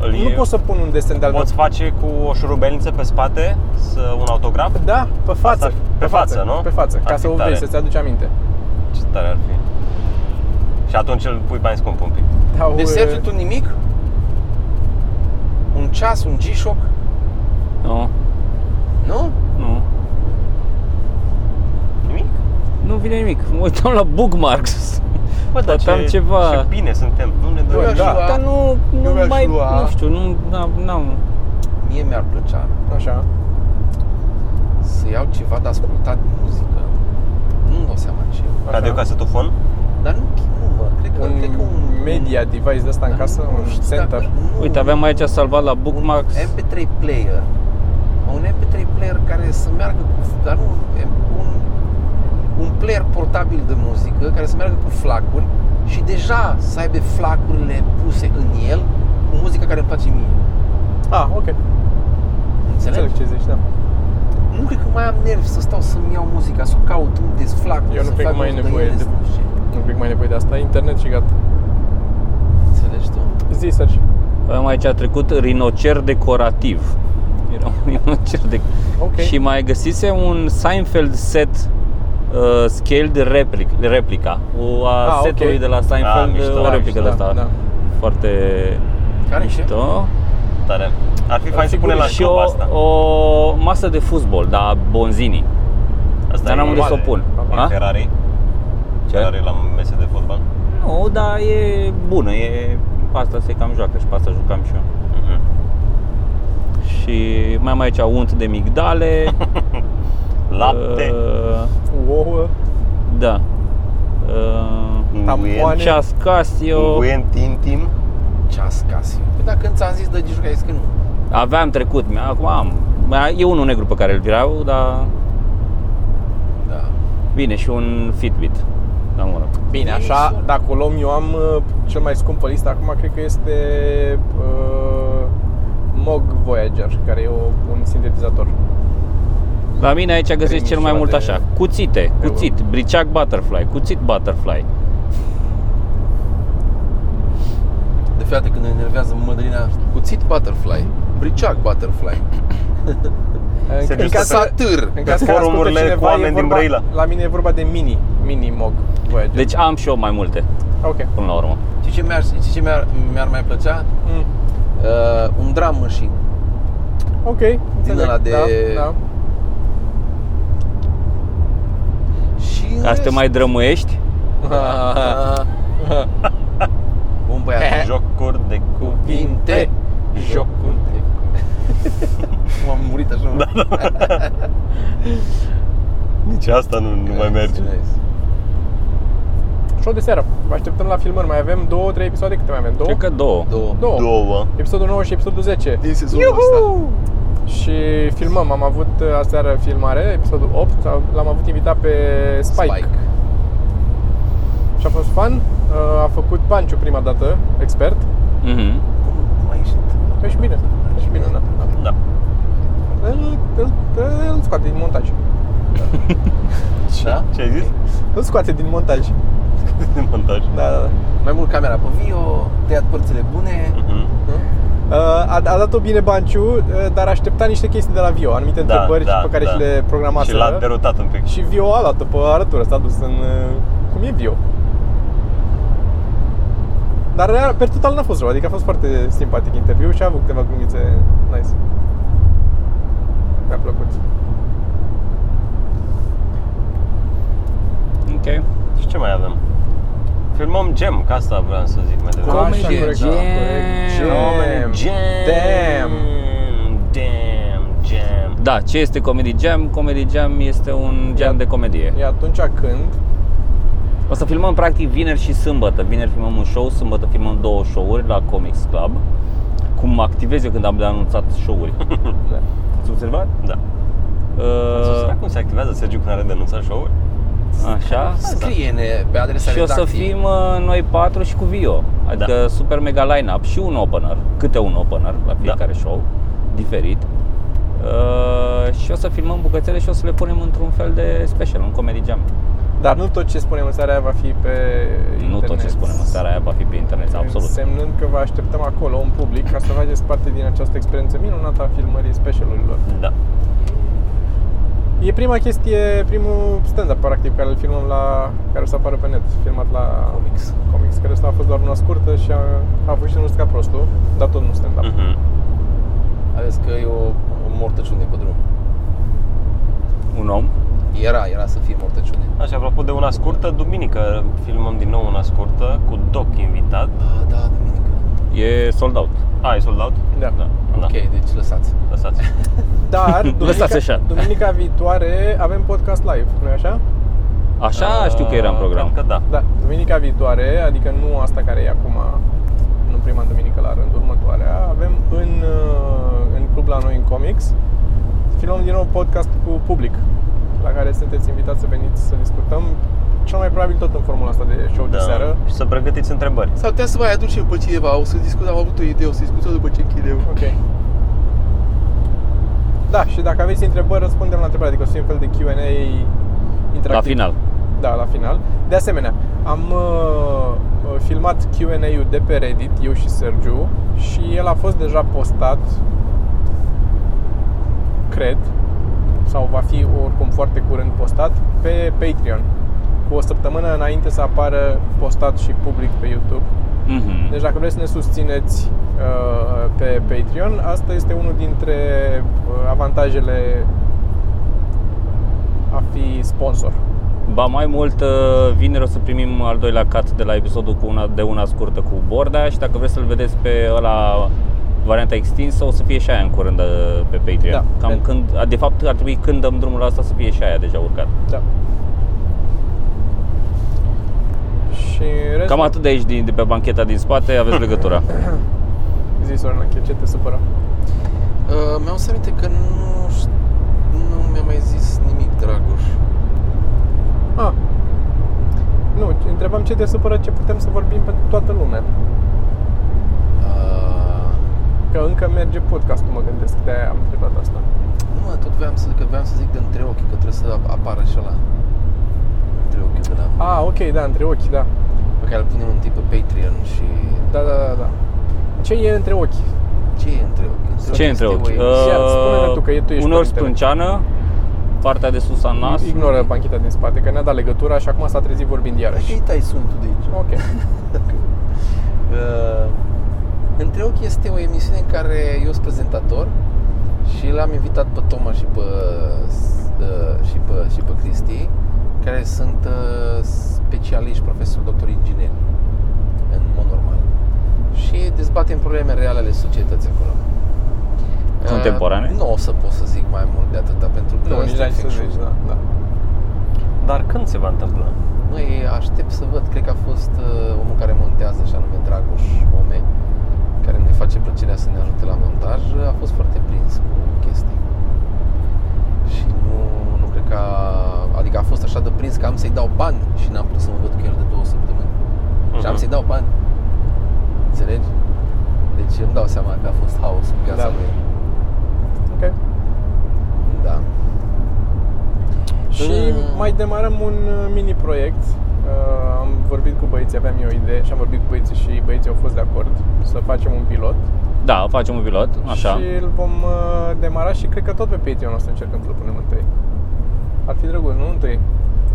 [SPEAKER 3] Îl
[SPEAKER 2] nu
[SPEAKER 3] iei-
[SPEAKER 2] pot să pun un desen de-al meu
[SPEAKER 3] Poți face cu o șurubelniță pe spate, să, un autograf?
[SPEAKER 2] Da, pe față.
[SPEAKER 3] Asta- pe față, nu?
[SPEAKER 2] Pe față, ca
[SPEAKER 3] Ar fi
[SPEAKER 2] să o
[SPEAKER 3] tare.
[SPEAKER 2] vezi, să-ți aduci aminte.
[SPEAKER 3] Ce tare ar fi. Și atunci îl pui mai scump un pic.
[SPEAKER 2] Dau,
[SPEAKER 4] Deci,
[SPEAKER 2] e,
[SPEAKER 4] Sergiu, tu nimic? Un ceas, un G-Shock?
[SPEAKER 1] Nu,
[SPEAKER 4] Nu?
[SPEAKER 1] nu.
[SPEAKER 3] Nimic?
[SPEAKER 1] Nu vine nimic. Mă uitam la bookmarks.
[SPEAKER 3] Bă, dar
[SPEAKER 1] Poate am
[SPEAKER 3] ce,
[SPEAKER 1] ceva.
[SPEAKER 3] ce bine suntem, nu ne
[SPEAKER 4] Eu
[SPEAKER 3] dorim.
[SPEAKER 4] aș
[SPEAKER 2] da.
[SPEAKER 4] lua-
[SPEAKER 1] Dar nu,
[SPEAKER 4] Eu
[SPEAKER 1] nu
[SPEAKER 4] mi-aș
[SPEAKER 1] mai,
[SPEAKER 4] lua-
[SPEAKER 1] nu știu, nu, n-am, n-am.
[SPEAKER 4] Mie mi-ar plăcea
[SPEAKER 2] Așa.
[SPEAKER 4] să iau ceva de ascultat muzică. Nu-mi dau seama ce.
[SPEAKER 3] Radio casetofon?
[SPEAKER 4] Dar nu, nu mă, cred că,
[SPEAKER 2] Un
[SPEAKER 4] cred că un Da.
[SPEAKER 2] media device de ăsta în
[SPEAKER 4] dar
[SPEAKER 2] casă,
[SPEAKER 4] nu
[SPEAKER 2] un
[SPEAKER 4] știu
[SPEAKER 2] center.
[SPEAKER 4] dacă- nu,
[SPEAKER 1] Uite, aveam aici salvat la bookmarks.
[SPEAKER 4] Un MP3 player. Un MP3 player care să meargă cu... Dar nu... Un, un player portabil de muzică care să meargă cu flacuri și deja să aibă flacurile puse în el cu muzica care îmi place mie.
[SPEAKER 2] Ah, ok.
[SPEAKER 4] Înțelegi?
[SPEAKER 2] Înțeleg ce zici, da.
[SPEAKER 4] Nu cred că mai am nervi să stau să-mi iau muzica, să o caut unde sunt flacuri,
[SPEAKER 2] Eu nu
[SPEAKER 4] să
[SPEAKER 2] cred că
[SPEAKER 4] fac
[SPEAKER 2] mai e
[SPEAKER 4] rost
[SPEAKER 2] nevoie
[SPEAKER 4] ele,
[SPEAKER 2] de-
[SPEAKER 4] să nu știu ce.
[SPEAKER 2] Nu cred că mai e nevoie de asta. Internet și gata.
[SPEAKER 4] Înțelegi tu?
[SPEAKER 2] Zi, Sergi.
[SPEAKER 1] Am aici a trecut rinocer decorativ. Era un rinocer de...
[SPEAKER 2] Ok.
[SPEAKER 1] Și mai găsise un Seinfeld set uh, scaled replic, replica. O a
[SPEAKER 2] Ah, ok.
[SPEAKER 1] setului de la
[SPEAKER 3] Ah,
[SPEAKER 1] Seinfeld,
[SPEAKER 3] mișto,
[SPEAKER 1] o
[SPEAKER 3] da,
[SPEAKER 1] replică de asta.
[SPEAKER 2] Da.
[SPEAKER 1] Foarte
[SPEAKER 4] Care e?
[SPEAKER 1] mișto.
[SPEAKER 3] Tare. Ar fi fain să punem la
[SPEAKER 1] și
[SPEAKER 3] club asta.
[SPEAKER 1] o, o masă de fotbal, da, bonzini.
[SPEAKER 3] Asta
[SPEAKER 1] dar
[SPEAKER 3] e
[SPEAKER 1] n-am unde să o
[SPEAKER 3] normal.
[SPEAKER 1] pun.
[SPEAKER 3] Un
[SPEAKER 1] Ha?
[SPEAKER 3] Ferrari. Ferrari la mese de fotbal.
[SPEAKER 1] Nu, dar e bună, e pe asta se cam joacă și pe asta jucam și eu.
[SPEAKER 3] Mhm.
[SPEAKER 1] Și mai am aici unt de migdale,
[SPEAKER 3] [laughs] Lapte.
[SPEAKER 1] uh,
[SPEAKER 2] Ouă.
[SPEAKER 1] Da. Uh,
[SPEAKER 2] Tampoane.
[SPEAKER 3] Unguent.
[SPEAKER 1] ceas Casio.
[SPEAKER 3] Unguent intim.
[SPEAKER 4] Ceas Casio. Păi dacă când ți-am zis de G-Shock, ai zis că nu.
[SPEAKER 1] Aveam trecut, mi- acum am. Mai- E unul negru pe care îl vreau, dar
[SPEAKER 4] Da.
[SPEAKER 1] bine și un Fitbit. Dar mă rog.
[SPEAKER 2] Bine, așa, dacă o luăm, eu am uh, cel mai scump pe listă acum, cred că este uh, Moog Voyager, care e o, un sintetizator.
[SPEAKER 1] La mine aici găsești cel mai
[SPEAKER 2] Primul
[SPEAKER 1] mult
[SPEAKER 2] ceva
[SPEAKER 1] așa.
[SPEAKER 2] de
[SPEAKER 1] Cuțite,
[SPEAKER 2] euro.
[SPEAKER 1] cuțit, briceac butterfly, cuțit butterfly.
[SPEAKER 4] De fiecare dată când ne enervează mădălina, cuțit butterfly, briceac bitefly,
[SPEAKER 2] În,
[SPEAKER 3] Se
[SPEAKER 2] în,
[SPEAKER 3] duce
[SPEAKER 2] caz,
[SPEAKER 3] să-
[SPEAKER 4] satâr.
[SPEAKER 2] în caz că ascultă
[SPEAKER 3] forumurile cu
[SPEAKER 2] cineva, e
[SPEAKER 3] oameni din
[SPEAKER 2] vorba,
[SPEAKER 3] Brăila.
[SPEAKER 2] la mine e vorba de mini, mini Moog Voyager.
[SPEAKER 1] Deci am și eu mai multe,
[SPEAKER 2] Ok.
[SPEAKER 1] până la urmă.
[SPEAKER 4] Știi ce mi-ar, știi ce mi-ar, mi-ar mai plăcea?
[SPEAKER 2] Mm.
[SPEAKER 4] Uh, un drum machine.
[SPEAKER 2] Ok.
[SPEAKER 4] Din ăla de-
[SPEAKER 2] Da, da.
[SPEAKER 4] Și în
[SPEAKER 1] Ca să te
[SPEAKER 4] rest- [laughs]
[SPEAKER 1] mai drămăiești,
[SPEAKER 4] Ah. Bun [laughs] băiat,
[SPEAKER 3] Jocuri de cu...
[SPEAKER 4] jocinte, jocul de [laughs] M-am murit așa. Da, da.
[SPEAKER 3] Nici asta nu, nu mai merge.
[SPEAKER 4] Nice.
[SPEAKER 2] Show de seară. Vă așteptăm la filmări. Mai avem două, trei episoade. Câte mai avem? Două?
[SPEAKER 1] Cred că două.
[SPEAKER 4] Două.
[SPEAKER 2] Două.
[SPEAKER 3] Două.
[SPEAKER 2] Episodul 9 și episodul 10.
[SPEAKER 4] Din sezonul ăsta.
[SPEAKER 2] Și filmăm. Am avut uh, aseară filmare, episodul 8. Am- L-am avut invitat pe Spike. Spike. Și a fost fun. Uh, A făcut Panciu prima dată, expert.
[SPEAKER 1] Mhm.
[SPEAKER 4] Cum a ieșit?
[SPEAKER 2] Păi și bine. Și bine, da.
[SPEAKER 3] Da.
[SPEAKER 2] Îl, îl, îl scoate din montaj.
[SPEAKER 4] Da?
[SPEAKER 3] Ce ai zis? [laughs]
[SPEAKER 2] Îl scoate din montaj.
[SPEAKER 3] De montaj.
[SPEAKER 2] Da, da, da.
[SPEAKER 4] Mai mult camera pe vio, tăiat părțile bune.
[SPEAKER 3] Mhm.
[SPEAKER 2] Uh, A, a dat-o bine Banciu, uh, dar aștepta niște chestii de la Vio, anumite
[SPEAKER 3] Da,
[SPEAKER 2] întrebări
[SPEAKER 3] da,
[SPEAKER 2] pe care
[SPEAKER 3] da.
[SPEAKER 2] și le programaseră.
[SPEAKER 3] Și l-a derutat un pic.
[SPEAKER 2] Și Vio a luat pe arătură, s-a dus în... uh, Cum e Vio? Dar uh, pe total n-a fost rău, adică a fost foarte simpatic interviu și a avut câteva glumițe nice. Mi-a plăcut.
[SPEAKER 1] Ok.
[SPEAKER 3] Și ce mai avem? Filmăm gem, ca asta vreau să zic mai devreme.
[SPEAKER 4] Comedy
[SPEAKER 2] Așa, corect,
[SPEAKER 4] Jam.
[SPEAKER 2] da, corect.
[SPEAKER 3] Comedy Jam.
[SPEAKER 2] Damn.
[SPEAKER 3] Damn. Jam.
[SPEAKER 1] Da, ce este Comedy Jam? Comedy Jam este un gen de comedie.
[SPEAKER 2] E atunci când
[SPEAKER 1] O să filmăm practic vineri și sâmbătă. Vineri filmăm un show, sâmbătă filmăm două show-uri la Comics Club. Cum activez eu când am de anunțat show-uri? Ați observat?
[SPEAKER 3] Da.
[SPEAKER 1] Uh,
[SPEAKER 3] Uh, cum se activează Sergiu când are denunțat show-uri?
[SPEAKER 1] Uh, așa.
[SPEAKER 4] Scrie-ne pe adresa
[SPEAKER 1] Da, Și o să
[SPEAKER 4] redacției.
[SPEAKER 1] fim uh, noi patru și cu Vio. Adică da. super mega line-up și un opener, câte un opener la fiecare da. show, diferit. Uh, și o să filmăm bucățele și o să le punem într-un fel de special, un comedy jam.
[SPEAKER 2] Dar nu tot ce spunem în seara aia va fi pe
[SPEAKER 1] Nu
[SPEAKER 2] internet.
[SPEAKER 1] tot ce spunem în seara aia va fi pe internet, absolut.
[SPEAKER 2] Semnând că vă așteptăm acolo, în public, ca să faceți parte din această experiență minunată a filmării specialurilor.
[SPEAKER 3] Da.
[SPEAKER 2] E prima chestie, primul stand-up, practic, pe care îl filmăm la... care o să apară pe net, filmat la
[SPEAKER 4] Comics.
[SPEAKER 2] Comics, care ăsta a fost doar una scurtă și a, a fost și un ca prostul, dar tot nu stand-up.
[SPEAKER 3] Mhm.
[SPEAKER 4] Aveți că e o, o mortăciune pe drum.
[SPEAKER 1] Un om?
[SPEAKER 4] Era, era să fie mortăciune.
[SPEAKER 3] Așa, apropo de una scurtă, duminică filmăm din nou una scurtă cu Doc invitat.
[SPEAKER 4] Ah, da, duminică.
[SPEAKER 1] E sold out.
[SPEAKER 3] A, e sold out?
[SPEAKER 2] Da.
[SPEAKER 3] Da. da.
[SPEAKER 4] Ok, deci lăsați.
[SPEAKER 3] Lăsați.
[SPEAKER 2] Dar, duminica,
[SPEAKER 1] Lăsați așa.
[SPEAKER 2] duminica viitoare avem podcast live, nu așa?
[SPEAKER 1] Așa știu că era în
[SPEAKER 3] Ah,
[SPEAKER 1] program.
[SPEAKER 3] Cred că da.
[SPEAKER 2] Da, duminica viitoare, adică nu asta care e acum, nu prima duminică la rând, următoarea, avem în, uh, în club la noi, în Comics, filmăm din nou podcast cu public, la care sunteți invitați să veniți să discutăm, cel mai probabil tot în formula asta de show
[SPEAKER 3] da.
[SPEAKER 2] de seară.
[SPEAKER 3] Și să pregătiți întrebări.
[SPEAKER 4] S-ar putea să mai aducem pe cineva, o să discut, am avut o idee, o să discut după ce închid eu.
[SPEAKER 2] Ok. Da, și dacă aveți întrebări, răspundem la întrebări, adică o să fie un fel de Q&A interactiv.
[SPEAKER 1] La final.
[SPEAKER 2] Da, la final. De asemenea, am uh, filmat Q&A-ul de pe Reddit, eu și Sergiu, și el a fost deja postat, cred, sau va fi oricum foarte curând postat, pe Patreon. Cu o săptămână înainte să apară postat și public pe YouTube.
[SPEAKER 1] Mhm.
[SPEAKER 2] Deci dacă vreți să ne susțineți uh, pe Patreon, asta este unul dintre uh, avantajele a fi sponsor.
[SPEAKER 1] Ba mai mult, uh, vineri o să primim al doilea cut de la episodul cu una, de una scurtă cu Borda și dacă vreți să-l vedeți pe ăla varianta extinsă, o să fie și aia în curând uh, pe Patreon.
[SPEAKER 2] Da.
[SPEAKER 1] Cam când, a, de fapt ar trebui când dăm drumul la asta să fie și aia deja urcat.
[SPEAKER 2] Da. Și în rest,
[SPEAKER 1] Cam atât de aici, din, de pe bancheta din spate,
[SPEAKER 2] [laughs]
[SPEAKER 1] aveți legătura.
[SPEAKER 2] zi, Sorina, chiar ce te supără.
[SPEAKER 4] Uh, mi-am să aminte că nu, șt- nu mi-a mai zis nimic, Dragoș. Uh,
[SPEAKER 2] Ah. Nu, întrebam ce te supără, ce putem să vorbim pentru toată lumea.
[SPEAKER 4] Uh,
[SPEAKER 2] Că încă merge podcastul, mă gândesc, de am întrebat asta.
[SPEAKER 4] nu mă, tot voiam să, că voiam să zic de între ochi, că trebuie să ap- apară și ăla. Între ochi de la...
[SPEAKER 2] Ah, ok, da, între ochi, da.
[SPEAKER 4] Pe care îl punem întâi pe Patreon și...
[SPEAKER 2] Da, da, da, da. Ce e între ochi?
[SPEAKER 4] Ce e între ochi?
[SPEAKER 1] Ce e între ochi? Uh,
[SPEAKER 4] Este o-
[SPEAKER 2] Ia, spune-ne tu, că e- tu ești
[SPEAKER 1] uneori
[SPEAKER 2] părintele.
[SPEAKER 1] sprânceană, partea de sus a nas.
[SPEAKER 2] Ignoră bancheta din spate, că ne-a dat legătura și acum s-a trezit vorbind
[SPEAKER 4] Hai că
[SPEAKER 2] iarăși.
[SPEAKER 4] îi tai sunetul de aici.
[SPEAKER 2] Ok.
[SPEAKER 4] Uh, Între ochi este o emisiune în care eu sunt prezentator și l-am invitat pe Toma și pe, uh, și pe, și pe Cristi, care sunt uh, specialiști, profesori, doctori, ingineri, în mod normal. Și dezbatem probleme reale ale societății acolo.
[SPEAKER 1] Contemporane?
[SPEAKER 4] Uh, nu o să pot să zic mai mult de atâta, pentru că
[SPEAKER 2] Nu, nici
[SPEAKER 4] asta e
[SPEAKER 2] n-ai Da, ce să
[SPEAKER 4] fiction.
[SPEAKER 2] zici, da, da.
[SPEAKER 3] Dar când se va întâmpla?
[SPEAKER 4] Măi, aștept să văd, cred că a fost uh, omul care montează, și anume Dragoș Ome, care ne face plăcerea să ne ajute la montaj, a fost foarte prins cu chestii. Și nu, nu cred că a, adică a fost așa de prins că am să-i dau bani și n-am putut să mă văd cu el de două săptămâni. Uh-huh. Și am
[SPEAKER 3] Mhm.
[SPEAKER 4] să-i dau bani. Înțelegi? Deci îmi dau seama că a fost haos în viața
[SPEAKER 2] Da.
[SPEAKER 4] lui.
[SPEAKER 2] Ok.
[SPEAKER 4] Da.
[SPEAKER 2] Și
[SPEAKER 3] Da.
[SPEAKER 4] Mm.
[SPEAKER 2] mai demarăm un uh, mini-proiect. Uh, am vorbit cu băieții, aveam eu o idee și am vorbit cu băieții și băieții au fost de acord să facem un pilot.
[SPEAKER 1] Da, facem un pilot, așa.
[SPEAKER 2] Și îl vom uh, demara și cred că tot pe Patreon o să încercăm să-l punem întâi. Ar fi drăguț, nu? Întâi.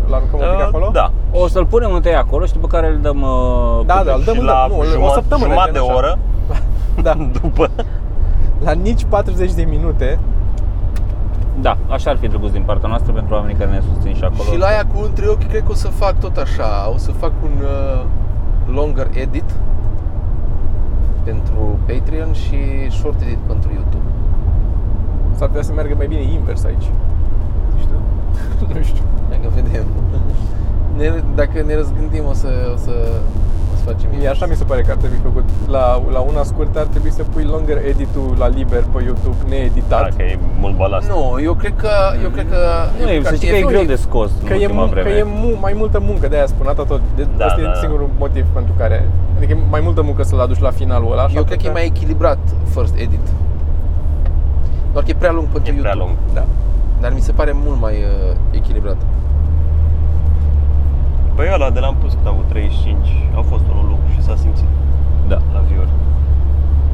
[SPEAKER 2] L-aruncăm un pic
[SPEAKER 3] Uh,
[SPEAKER 2] acolo?
[SPEAKER 3] Da.
[SPEAKER 1] O să-l punem întâi acolo și după care îl dăm uh,
[SPEAKER 2] Da, da, îl dăm
[SPEAKER 3] și
[SPEAKER 2] în
[SPEAKER 3] la
[SPEAKER 2] loc, nu, o
[SPEAKER 3] juma-
[SPEAKER 2] săptămână,
[SPEAKER 3] jumătate de
[SPEAKER 2] gen așa.
[SPEAKER 3] oră
[SPEAKER 2] [laughs] da.
[SPEAKER 3] [laughs] după.
[SPEAKER 2] La nici 40 de minute
[SPEAKER 1] Da, așa ar fi drăguț din partea noastră pentru oamenii care ne susțin și acolo.
[SPEAKER 4] Și la aia cu între ochi cred că o să fac tot așa, o să fac un uh, longer edit pentru Patreon și short edit pentru YouTube.
[SPEAKER 2] s-ar putea să meargă mai bine invers aici. [laughs] nu știu.
[SPEAKER 4] Hai că vedem. Ne, dacă ne răzgândim o să, o să, o să facem
[SPEAKER 2] E așa mi se pare că ar trebui făcut. La, la una scurtă ar trebui să pui longer edit-ul la liber pe YouTube needitat.
[SPEAKER 3] Da, că e mult balast.
[SPEAKER 4] Nu, eu cred că, eu cred că, eu
[SPEAKER 1] Nu,
[SPEAKER 4] cred
[SPEAKER 1] e, să
[SPEAKER 4] ar
[SPEAKER 1] știi
[SPEAKER 4] fi
[SPEAKER 1] că e greu
[SPEAKER 4] efectiv.
[SPEAKER 1] de scos în
[SPEAKER 2] Că e,
[SPEAKER 1] ultima
[SPEAKER 2] mun- că
[SPEAKER 1] vreme.
[SPEAKER 2] e mu- mai multă muncă, de-aia spun atâta tot. De,
[SPEAKER 3] Da,
[SPEAKER 2] asta
[SPEAKER 3] da,
[SPEAKER 2] e
[SPEAKER 3] da.
[SPEAKER 2] singurul motiv pentru care... Adică e mai multă muncă să-l aduci la finalul ăla. așa
[SPEAKER 4] Eu cred că e mai echilibrat first edit. Doar că e prea lung pentru
[SPEAKER 3] E
[SPEAKER 4] YouTube.
[SPEAKER 3] prea lung.
[SPEAKER 2] Da.
[SPEAKER 4] Dar mi se pare mult mai uh, echilibrat.
[SPEAKER 3] Păi ăla de l-am pus cât am 35, a fost unul lucru și s-a simțit
[SPEAKER 1] Da.
[SPEAKER 3] la viori.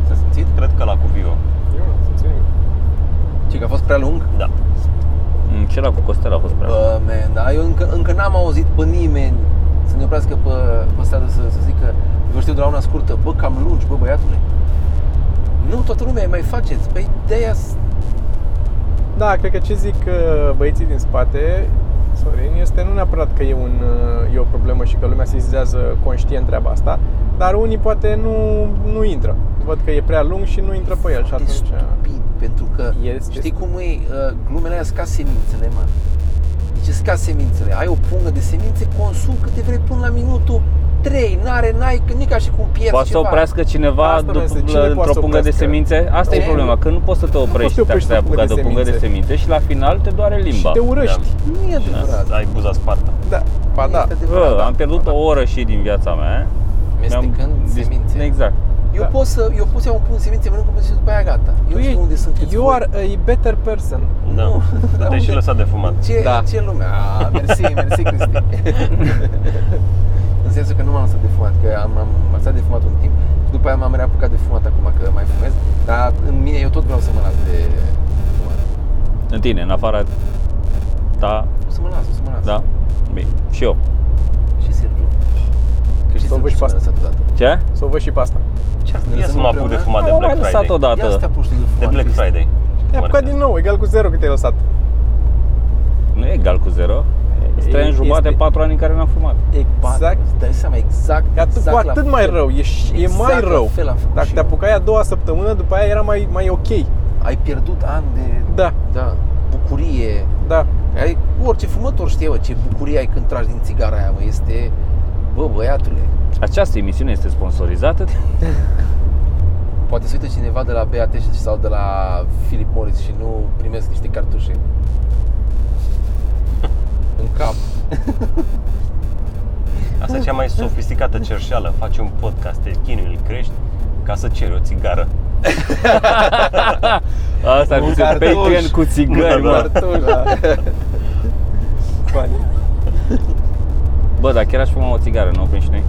[SPEAKER 4] S-a simțit?
[SPEAKER 3] Cred că la cu Vio.
[SPEAKER 2] Eu nu simțit nimic.
[SPEAKER 4] Și că a fost prea lung?
[SPEAKER 3] Da.
[SPEAKER 1] Mm, Cel cu Costel a fost prea bun.
[SPEAKER 4] Bă, man, da, eu încă, încă n-am auzit pe nimeni să ne oprească pe, pe stradă să, să zică Vă știu de la una scurtă, bă, cam lungi, bă, băiatule Nu, toată lumea mai faceți, păi de-aia s-
[SPEAKER 2] Da, cred că ce zic uh, băieții din spate, Sorin, este nu neapărat că e, un, uh, e o problemă și că lumea se izează conștient treaba asta, dar unii poate nu, nu intră. Văd că e prea lung și nu intră pe el și
[SPEAKER 4] foarte
[SPEAKER 2] atunci...
[SPEAKER 4] stupid, pentru că
[SPEAKER 2] Este.
[SPEAKER 4] știi cum e, uh, glumele alea scad semințele, mă Deci îți scad semințele, ai o pungă de semințe, consum câte vrei până la minutul 3, n-are, n-ai, că nu e ca și cum pierzi
[SPEAKER 1] Poate să
[SPEAKER 4] ceva
[SPEAKER 1] oprească cineva
[SPEAKER 2] Asta vreau să zic,
[SPEAKER 1] după-
[SPEAKER 2] cine poate
[SPEAKER 1] într-o
[SPEAKER 2] să
[SPEAKER 1] pungă de
[SPEAKER 2] oprească?
[SPEAKER 1] semințe? Asta e
[SPEAKER 4] Nu.
[SPEAKER 1] problema, că nu poți să te
[SPEAKER 2] poți
[SPEAKER 1] oprești
[SPEAKER 2] să
[SPEAKER 1] dacă
[SPEAKER 2] oprești
[SPEAKER 1] te-ai
[SPEAKER 2] o pungă
[SPEAKER 1] apucat de o
[SPEAKER 2] de
[SPEAKER 1] pungă de
[SPEAKER 2] semințe.
[SPEAKER 1] semințe și la final te doare limba.
[SPEAKER 2] Și te
[SPEAKER 3] Da.
[SPEAKER 2] urăști.
[SPEAKER 4] Nu e adevărat,
[SPEAKER 3] Ai buza spartă.
[SPEAKER 2] Da, ba
[SPEAKER 4] Nu
[SPEAKER 2] da.
[SPEAKER 4] este adevărat
[SPEAKER 1] Bă, am pierdut o oră și din viața mea.
[SPEAKER 4] Mestecând
[SPEAKER 1] Mi-am-
[SPEAKER 4] semințe
[SPEAKER 1] Exact.
[SPEAKER 4] Eu
[SPEAKER 2] Da.
[SPEAKER 4] pot să, eu pot să iau un pun semințe, mănânc un pun și după aia gata. Eu știu unde sunt câți
[SPEAKER 2] You
[SPEAKER 4] voi.
[SPEAKER 2] are a better person.
[SPEAKER 3] Da.
[SPEAKER 4] Nu. Dar
[SPEAKER 3] Te-ai și
[SPEAKER 4] unde-
[SPEAKER 3] lăsat de fumat.
[SPEAKER 4] Ce,
[SPEAKER 2] Da.
[SPEAKER 4] ce lume? A,
[SPEAKER 2] [laughs]
[SPEAKER 4] mersi, mersi Cristi. în sensul că nu m-am lăsat de fumat, că am, am m-am lăsat de fumat un timp și după aia m-am reapucat de fumat acum că mai fumez, dar în mine eu tot vreau să mă las de fumat.
[SPEAKER 1] În tine, în afara ta,
[SPEAKER 4] O să mă las, o să mă las.
[SPEAKER 1] da? Bine. Și eu.
[SPEAKER 4] Și Sergiu. Că și
[SPEAKER 2] Să o
[SPEAKER 4] Sergiu
[SPEAKER 2] văd și
[SPEAKER 4] și
[SPEAKER 2] pe
[SPEAKER 4] m-a
[SPEAKER 2] asta.
[SPEAKER 4] lăsat odată.
[SPEAKER 1] Ce?
[SPEAKER 2] Să o văd și pe asta.
[SPEAKER 4] Ce ați
[SPEAKER 3] Ia să mă apuc de fumat de
[SPEAKER 1] Am da. mai
[SPEAKER 3] Black
[SPEAKER 1] lăsat
[SPEAKER 3] Friday.
[SPEAKER 4] Ia să te
[SPEAKER 1] odată.
[SPEAKER 4] apuci tu de fumat.
[SPEAKER 3] De Black
[SPEAKER 4] Cristi.
[SPEAKER 3] Friday.
[SPEAKER 2] Te-ai apucat din nou, egal cu zero cât ai lăsat.
[SPEAKER 1] Nu e egal cu zero. Sunt trei ani
[SPEAKER 2] Este-
[SPEAKER 1] jumate, patru ani în care n-am fumat.
[SPEAKER 4] Exact.
[SPEAKER 2] Exact.
[SPEAKER 4] Îți dai seama, exact.
[SPEAKER 2] E atât,
[SPEAKER 4] exact
[SPEAKER 2] cu
[SPEAKER 4] la
[SPEAKER 2] atât mai
[SPEAKER 4] fel.
[SPEAKER 2] rău, e, și- e
[SPEAKER 4] Exact
[SPEAKER 2] mai
[SPEAKER 4] la
[SPEAKER 2] rău.
[SPEAKER 4] fel am făcut
[SPEAKER 2] Dacă
[SPEAKER 4] și
[SPEAKER 2] te
[SPEAKER 4] eu.
[SPEAKER 2] apucai a doua săptămână, după aia era mai, mai ok.
[SPEAKER 4] Ai pierdut ani de
[SPEAKER 2] Da,
[SPEAKER 4] da, bucurie.
[SPEAKER 2] da.
[SPEAKER 4] Ai, orice fumător știe bă, ce bucurie ai când tragi din țigara aia, mă, este... Bă, băiatule,
[SPEAKER 1] Această emisiune este sponsorizată de
[SPEAKER 4] poate să uite cineva de la BAT și- sau de la Philip Morris și nu primesc niște cartușe. [laughs] În cap.
[SPEAKER 3] Asta e cea mai sofisticată cerșeală. Faci un podcast, te chinui, îl crești ca să ceri o țigară.
[SPEAKER 1] Asta ar fi
[SPEAKER 4] Un
[SPEAKER 1] un
[SPEAKER 4] cartuș.
[SPEAKER 1] Patreon cu țigări,
[SPEAKER 3] Da, da.
[SPEAKER 1] mă.
[SPEAKER 2] Bani.
[SPEAKER 1] Bă, dar chiar aș fuma o țigară, nu o prind și noi?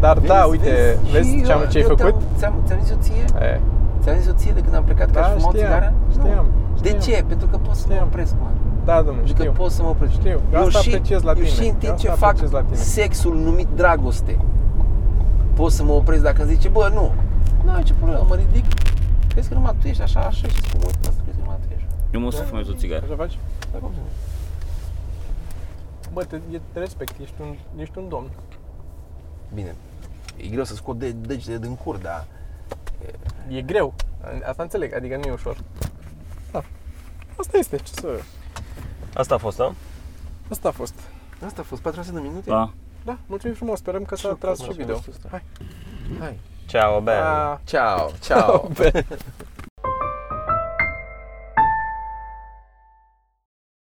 [SPEAKER 2] Dar da,
[SPEAKER 4] Vezi,
[SPEAKER 2] uite,
[SPEAKER 4] vezi? Și
[SPEAKER 2] vezi ce
[SPEAKER 4] eu-
[SPEAKER 2] am ce ai
[SPEAKER 4] eu te-am-
[SPEAKER 2] făcut? Eh,
[SPEAKER 4] Ți-am, ți-am zis o ție?
[SPEAKER 2] E,
[SPEAKER 4] Ți-am zis o ție de când am plecat că
[SPEAKER 2] Da,
[SPEAKER 4] aș fuma o
[SPEAKER 2] știam,
[SPEAKER 4] țigară? Nu.
[SPEAKER 2] știam,
[SPEAKER 4] De
[SPEAKER 2] știam.
[SPEAKER 4] ce? Pentru că pot să mă
[SPEAKER 2] Știam.
[SPEAKER 4] opresc, mă.
[SPEAKER 2] Da, domnule,
[SPEAKER 4] Adică
[SPEAKER 2] știu.
[SPEAKER 4] pot să mă opresc.
[SPEAKER 2] Știu, eu asta apreciez la
[SPEAKER 4] eu
[SPEAKER 2] tine,
[SPEAKER 4] și în
[SPEAKER 2] eu
[SPEAKER 4] timp ce
[SPEAKER 2] asta
[SPEAKER 4] fac
[SPEAKER 2] apreciez la tine.
[SPEAKER 4] sexul numit dragoste, pot să mă opresc dacă îmi zice, bă, nu, nu ai ce problemă, mă ridic, crezi că numai tu ești așa, așa și spun, uite, asta crezi că numai tu ești.
[SPEAKER 1] Eu mă o să fumez o țigară.
[SPEAKER 2] Așa faci?
[SPEAKER 4] Dar cum să nu?
[SPEAKER 2] Bă, te, e- te respect, ești un, ești un domn.
[SPEAKER 4] Bine, e greu să scot de degete din cur, dar
[SPEAKER 2] E greu. Asta înțeleg, adică nu e ușor. Da. Asta este, ce să...
[SPEAKER 3] Asta a fost, da?
[SPEAKER 2] Asta a fost.
[SPEAKER 4] Asta a fost 400 de minute?
[SPEAKER 1] Da.
[SPEAKER 2] Da, mulțumim frumos, sperăm că s-a
[SPEAKER 4] Super,
[SPEAKER 2] tras și
[SPEAKER 4] mulțumim
[SPEAKER 2] video.
[SPEAKER 4] frumos.
[SPEAKER 2] Hai.
[SPEAKER 4] Hai.
[SPEAKER 3] Ceau, bea.
[SPEAKER 2] Pa.
[SPEAKER 4] Ciao, ciao.